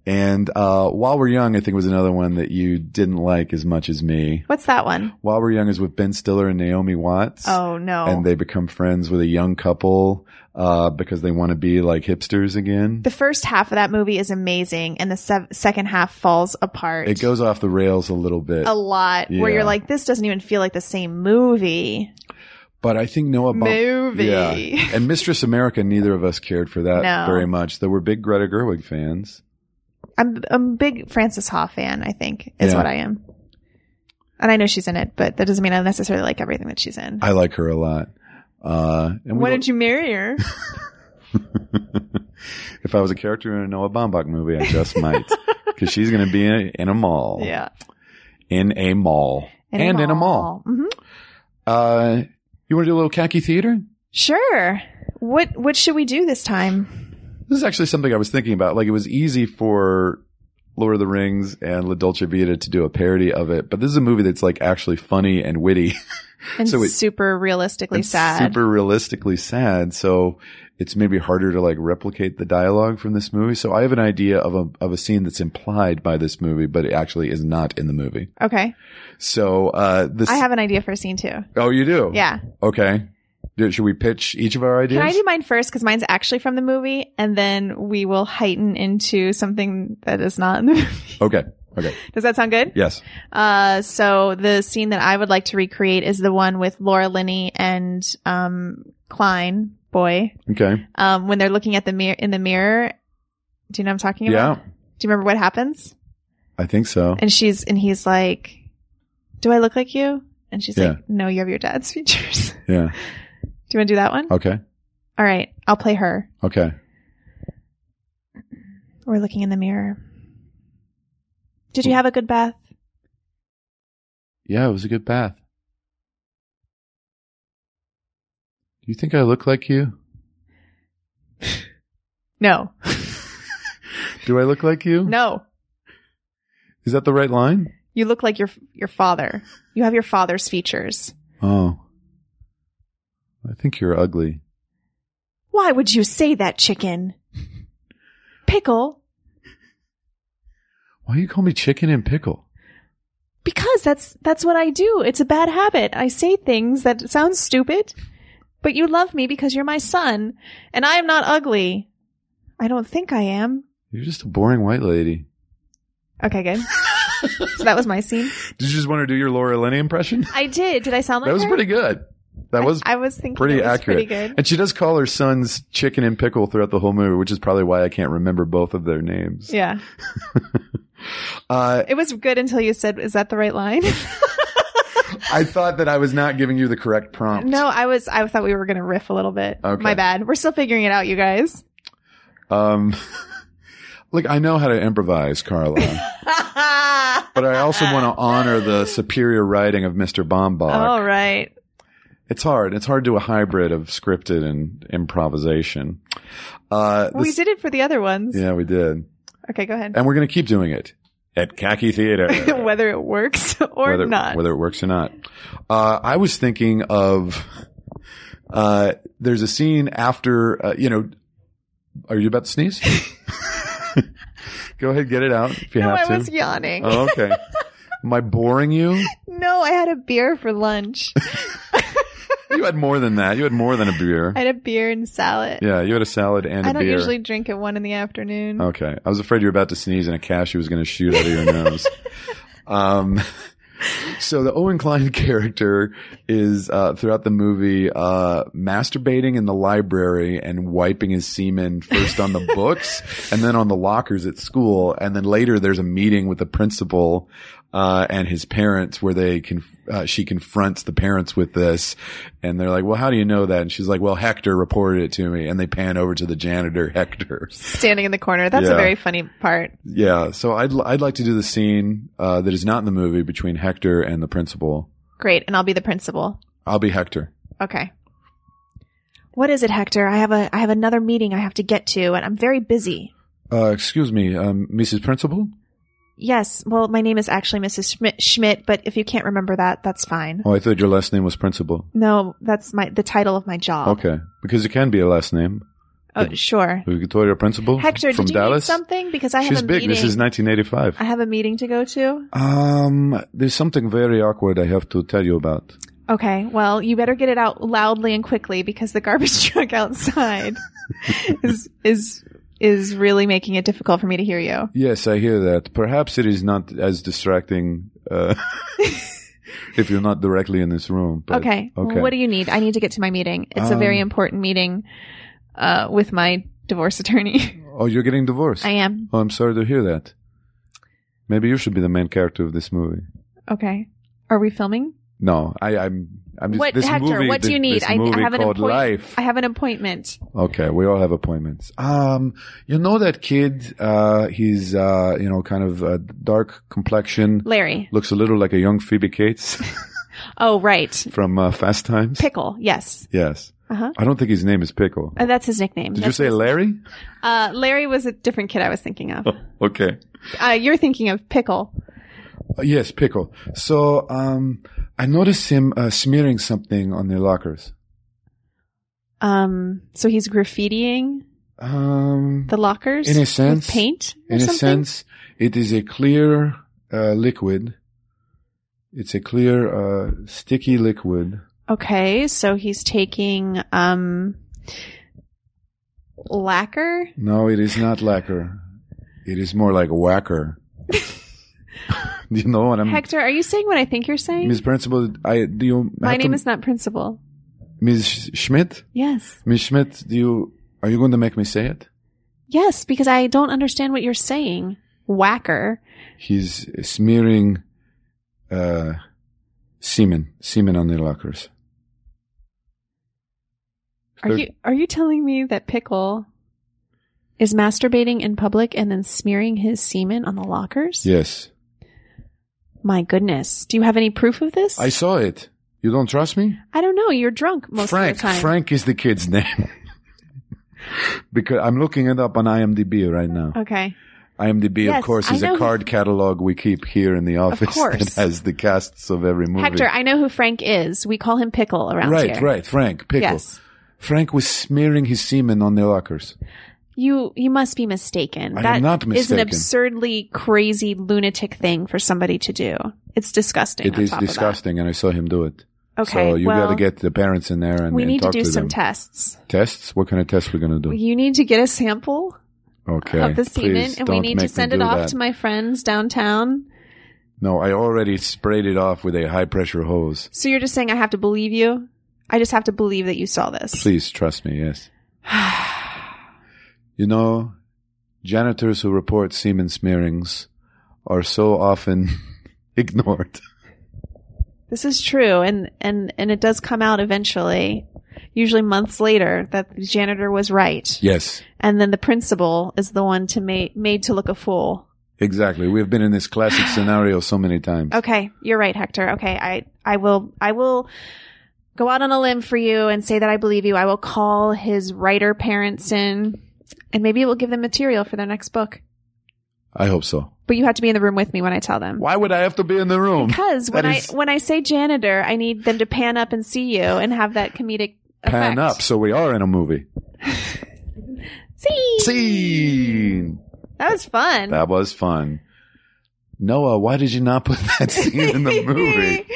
B: And uh, While We're Young, I think was another one that you didn't like as much as me.
C: What's that one?
B: While We're Young is with Ben Stiller and Naomi Watts.
C: Oh no!
B: And they become friends with a young couple uh, because they want to be like hipsters again.
C: the first half of that movie is amazing, and the sev- second half falls apart.
B: It goes off the rails a little bit.
C: a lot where
B: Yeah.
C: you're like, this doesn't even feel like the same movie.
B: but I think Noah Baum-
C: movie.
B: Yeah. And Mistress America, neither of us cared for that
C: No.
B: very much. Though we're big Greta Gerwig fans.
C: I'm I'm a big Frances Ha fan. I think is
B: Yeah.
C: what I am. And I know she's in it, but that doesn't mean I necessarily like everything that she's in.
B: I like her a lot. Uh, and we
C: Why
B: don't-
C: did you marry her?
B: if I was a character in a Noah Baumbach movie, I just might. Because she's going to be in a, in a mall.
C: yeah.
B: In a mall. and in a mall.
C: hmm
B: Uh, you want to do a little khaki theater?
C: Sure. What what should we do this time?
B: This is actually something I was thinking about. Like, it was easy for Lord of the Rings and La Dolce Vita to do a parody of it, but this is a movie that's like actually funny and witty.
C: And
B: So it-
C: super realistically
B: It's
C: sad.
B: Super realistically sad. So it's maybe harder to like replicate the dialogue from this movie. So I have an idea of a, of a scene that's implied by this movie, but it actually is not in the movie.
C: okay.
B: So, uh, this.
C: I have an idea for a scene too.
B: Oh, you do?
C: Yeah.
B: Okay. Do- Should we pitch each of our ideas?
C: Can I do mine first? Because mine's actually from the movie, and then we will heighten into something that is not in the movie.
B: okay. Okay.
C: Does that sound good?
B: Yes.
C: Uh, so the scene that I would like to recreate is the one with Laura Linney and um, Klein boy
B: Okay.
C: um, when they're looking at the mirror in the mirror. Do you know what I'm talking about?
B: Yeah.
C: Do you remember what happens?
B: I think so.
C: And she's and he's like, "Do I look like you?" And she's
B: Yeah.
C: like, "No, you have your dad's features." do
B: Yeah.
C: you want to do that one?
B: Okay.
C: All right, I'll play her.
B: Okay.
C: We're looking in the mirror. Did you have a good bath?
B: Yeah, it was a good bath. Do you think I look like you?
C: No,
B: Do I look like you?
C: no.
B: Is that the right line?
C: You look like your your father. You have your father's features.
B: Oh. I think you're ugly.
C: Why would you say that, chicken? Pickle,
B: Why you call me chicken and pickle?
C: because that's that's what I do. It's a bad habit. I say things that sound stupid, but you love me because you're my son, and I am not ugly. I don't think I am.
B: You're just a boring white lady.
C: Okay, good. so that was my scene.
B: Did you just want to do your Laura Linney impression?
C: I did. Did I sound like
B: That was
C: her?
B: pretty good. That was
C: I, I was thinking
B: pretty
C: it was
B: accurate.
C: Pretty good.
B: And she does call her sons chicken and pickle throughout the whole movie, which is probably why I can't remember both of their names.
C: Yeah,
B: Uh,
C: it was good until you said, "Is that the right line?"
B: I thought that I was not giving you the correct prompt.
C: no, I was. I thought we were going to riff a little bit.
B: Okay.
C: My bad. We're still figuring it out, you guys.
B: Um, look, I know how to improvise, Carla, but I also want to honor the superior writing of Mr. Bombach.
C: All right.
B: It's hard. It's hard to do a hybrid of scripted and improvisation. Uh,
C: We
B: this-
C: did it for the other ones.
B: Yeah, we did.
C: Okay, go ahead.
B: And we're going to keep doing it at Khaki Theater.
C: whether it works or
B: whether,
C: not.
B: Whether it works or not. Uh, I was thinking of, uh, there's a scene after, uh, you know, are you about to sneeze? Go ahead, get it out if you
C: no,
B: have
C: I
B: to.
C: was yawning.
B: Oh, okay. Am I boring you?
C: No, I had a beer for lunch.
B: You had more than that. You had more than a beer.
C: I had a beer and salad.
B: yeah, you had a salad and a
C: I don't
B: beer. Oh.
C: usually drink at one in the afternoon.
B: Okay. I was afraid you were about to sneeze and a cashew was going to shoot out of your nose. Um, so the Owen Klein character is, uh, throughout the movie, uh, masturbating in the library and wiping his semen first on the books and then on the lockers at school. And then later there's a meeting with the principal, uh, and his parents where they can, uh, she confronts the parents with this and they're like, well, how do you know that? And she's like, well, Hector reported it to me. And they pan over to the janitor, Hector.
C: Standing in the corner. That's
B: Yeah.
C: a very funny part.
B: Yeah, so I'd I'd like to do the scene uh, that is not in the movie between Hector and the principal.
C: Great. And I'll be the principal.
B: I'll be Hector.
C: Okay. What is it, Hector? I have a I have another meeting I have to get to and I'm very busy.
B: Uh, excuse me, um, Mrs. Principal.
C: Yes. Well, my name is actually Mrs. Schmidt, Schmidt, but if you can't remember that, that's fine.
B: Oh, I thought your last name was Principal.
C: No, that's my the title of my job.
B: Okay, because it can be a last name.
C: Oh, sure.
B: We Victoria Principal
C: Hector,
B: from
C: did you
B: Dallas.
C: need something? Because I
B: She's
C: have a
B: big.
C: meeting.
B: This is 1985.
C: I have a meeting to go to.
B: Um, there's something very awkward I have to tell you about.
C: Okay, well, you better get it out loudly and quickly because the garbage truck outside is is is really making it difficult for me to hear you.
B: Yes, I hear that. Perhaps it is not as distracting uh, if you're not directly in this room. But
C: okay.
B: okay.
C: What do you need? I need to get to my meeting. It's a very
B: Um,
C: important meeting uh, with my divorce attorney.
B: Oh, you're getting divorced.
C: I am.
B: Oh, I'm sorry to hear that. Maybe you should be the main character of this movie.
C: Okay. Are we filming?
B: No, I, I'm. I'm just,
C: What,
B: this
C: Hector,
B: movie,
C: what do
B: thi-
C: you need?
B: This
C: I- I
B: movie
C: have an
B: called
C: appoint-
B: Life.
C: I have an appointment.
B: okay, we all have appointments. Um, you know that kid? Uh, he's uh, you know, kind of uh, dark complexion,
C: Larry.
B: looks a little like a young Phoebe Cates
C: Oh, right.
B: from uh, Fast Times.
C: Pickle. Yes.
B: yes,
C: Uh-huh.
B: I don't think his name is Pickle.
C: Uh, that's his nickname.
B: Did you
C: That's-
B: say Larry?
C: uh, Larry was a different kid I was thinking of.
B: Okay.
C: Uh, you're thinking of Pickle.
B: Uh, yes, Pickle. So um, I noticed him uh, smearing something on the lockers.
C: Um, so he's graffitiing
B: Um,
C: the lockers
B: In a
C: with
B: sense-
C: paint or
B: in a
C: something?
B: sense, it is a clear uh, liquid. It's a clear, uh, sticky liquid.
C: Okay, so he's taking um lacquer.
B: No, it is not lacquer. It is more like whacker. Do you know what I'm?
C: Hector, are you saying what I think you're saying?
B: Ms. Principal, I do you?
C: My
B: have
C: name
B: to-
C: is not Principal.
B: Ms. Sch- Schmidt.
C: Yes.
B: Ms. Schmidt, do you? Are you going to make me say it?
C: Yes, because I don't understand what you're saying. Whacker.
B: He's smearing uh, semen, semen on the lockers.
C: Are
B: They're-
C: you are you telling me that Pickle is masturbating in public and then smearing his semen on the lockers?
B: Yes,
C: My goodness. Do you have any proof of this?
B: I saw it. You don't trust me?
C: I don't know. You're drunk most
B: Frank.
C: of the time.
B: Frank is the kid's name. because I'm looking it up on IMDb right now.
C: Okay.
B: IMDb,
C: Yes,
B: of course,
C: I
B: is
C: know
B: a
C: who-
B: card catalog we keep here in the office that
C: course.
B: has the casts of every movie.
C: Hector, I know who Frank is. We call him Pickle around
B: right,
C: here.
B: right. Frank Pickle.
C: Yes.
B: Frank was smearing his semen on their lockers.
C: You you must be mistaken.
B: I am
C: That is
B: not
C: an
B: mistaken.
C: absurdly crazy lunatic thing for somebody to do. It's disgusting.
B: It
C: on
B: is
C: top of that.
B: disgusting, and I saw him do it.
C: Okay,
B: so you
C: well,
B: got to get the parents in there and,
C: we
B: and
C: need to
B: talk
C: do some
B: them.
C: tests.
B: tests. What kind of tests we gonna do?
C: You need to get a sample
B: okay,
C: of the semen,
B: please
C: and we
B: don't
C: need to
B: make me
C: send it
B: do
C: off
B: that.
C: to my friends downtown.
B: No, I already sprayed it off with a high pressure hose.
C: So you're just saying I have to believe you? I just have to believe that you saw this.
B: Please trust me. Yes. You know, janitors who report semen smearings are so often ignored.
C: this is true, and and and it does come out eventually. Usually months later, that the janitor was right,
B: Yes,
C: and then the principal is the one to ma- made to look a fool.
B: exactly. We have been in this classic scenario so many times.
C: Okay, you're right, Hector. Okay, I I will I will go out on a limb for you and say that I believe you. I will call his writer parents in, and maybe it will give them material for their next book.
B: I hope so.
C: But you have to be in the room with me when I tell them.
B: Why would I have to be in the room?
C: Because when
B: That is-
C: I when I say janitor, I need them to pan up and see you and have that comedic
B: Pan
C: effect.
B: up, so we are in a movie.
C: See,
B: Scene.
C: that was fun.
B: That was fun. Noah, why did you not put that scene in the movie?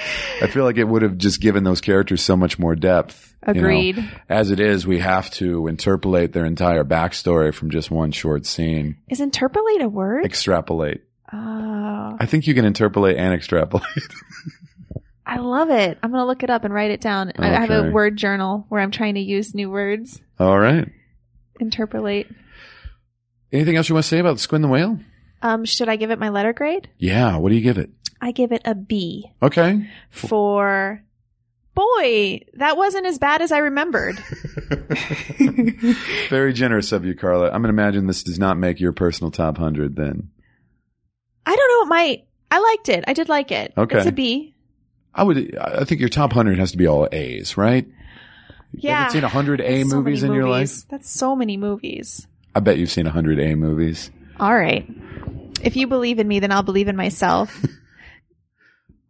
B: I feel like it would have just given those characters so much more depth. you know.
C: Agreed.
B: As it is, we have to interpolate their entire backstory from just one short scene.
C: Is interpolate a word?
B: Extrapolate.
C: oh,
B: I think you can interpolate and extrapolate.
C: I love it. I'm gonna look it up and write it down. I I have a
B: Okay.
C: word journal where I'm trying to use new words.
B: All right.
C: Interpolate.
B: Anything else you want to say about Squid and the Whale?
C: Um, should I give it my letter grade?
B: Yeah. What do you give it?
C: I give it a B
B: Okay.
C: for. Boy, that wasn't as bad as I remembered.
B: Very generous of you, Carla. I'm going to imagine this does not make your personal top 100 then.
C: I don't know what my. I liked it. I did like it.
B: Okay.
C: It's a B.
B: I would. I think your top hundred has to be all A's, right? You
C: Yeah.
B: haven't seen hundred A
C: That's so
B: movies in
C: many
B: your life.
C: movies. That's so many movies.
B: I bet you've seen hundred A movies.
C: All right. If you believe in me, then I'll believe in myself.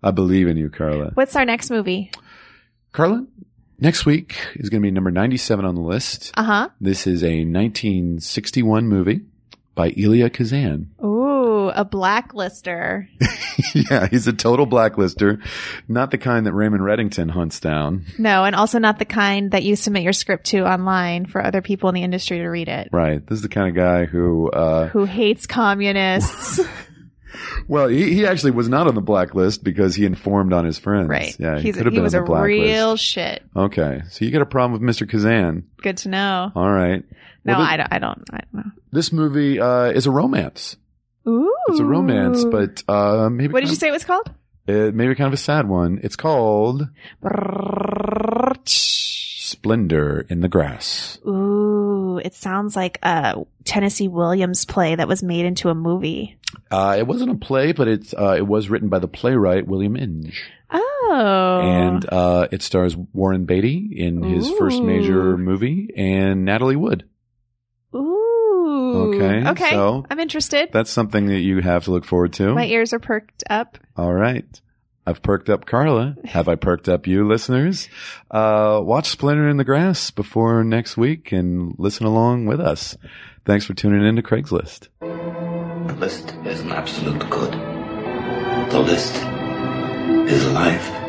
B: I believe in you, Carla.
C: What's our next movie?
B: Carla, next week is going to be number ninety-seven on the list.
C: Uh huh.
B: This is a 1961 movie by Elia Kazan.
C: Ooh, a blacklister.
B: yeah, he's a total blacklister, not the kind that Raymond Reddington hunts down.
C: No, and also not the kind that you submit your script to online for other people in the industry to read it.
B: Right. This is the kind of guy who, uh,
C: Who hates communists?
B: well, he, he actually was not on the blacklist because he informed on his friends.
C: right.
B: Yeah, he
C: He's-
B: could have been
C: was
B: on the
C: a
B: blacklist.
C: real shit.
B: Okay, so you got a problem with Mr. Kazan.
C: Good to know.
B: All right.
C: No,
B: Well, thi-
C: I don't. I don't. I don't know.
B: This movie uh, is a romance.
C: Ooh,
B: It's a romance, but uh, maybe
C: what did
B: kind
C: you
B: of,
C: say it was called?
B: Uh, maybe kind of a sad one. It's called Splendor in the Grass.
C: Ooh, it sounds like a Tennessee Williams play that was made into a movie.
B: Uh, it wasn't a play, but it's uh, it was written by the playwright William Inge,
C: Oh.
B: and uh, it stars Warren Beatty in his first
C: Ooh.
B: major movie and Natalie Wood.
C: Ooh.
B: Okay,
C: Okay.
B: so-
C: I'm interested.
B: That's something that you have to look forward to.
C: My ears are perked up.
B: All right. I've perked up Carla. Have I perked up you, listeners? Uh, watch Splinter in the Grass before next week and listen along with us. Thanks for tuning in to Craigslist.
D: The list is an absolute good. The list is life.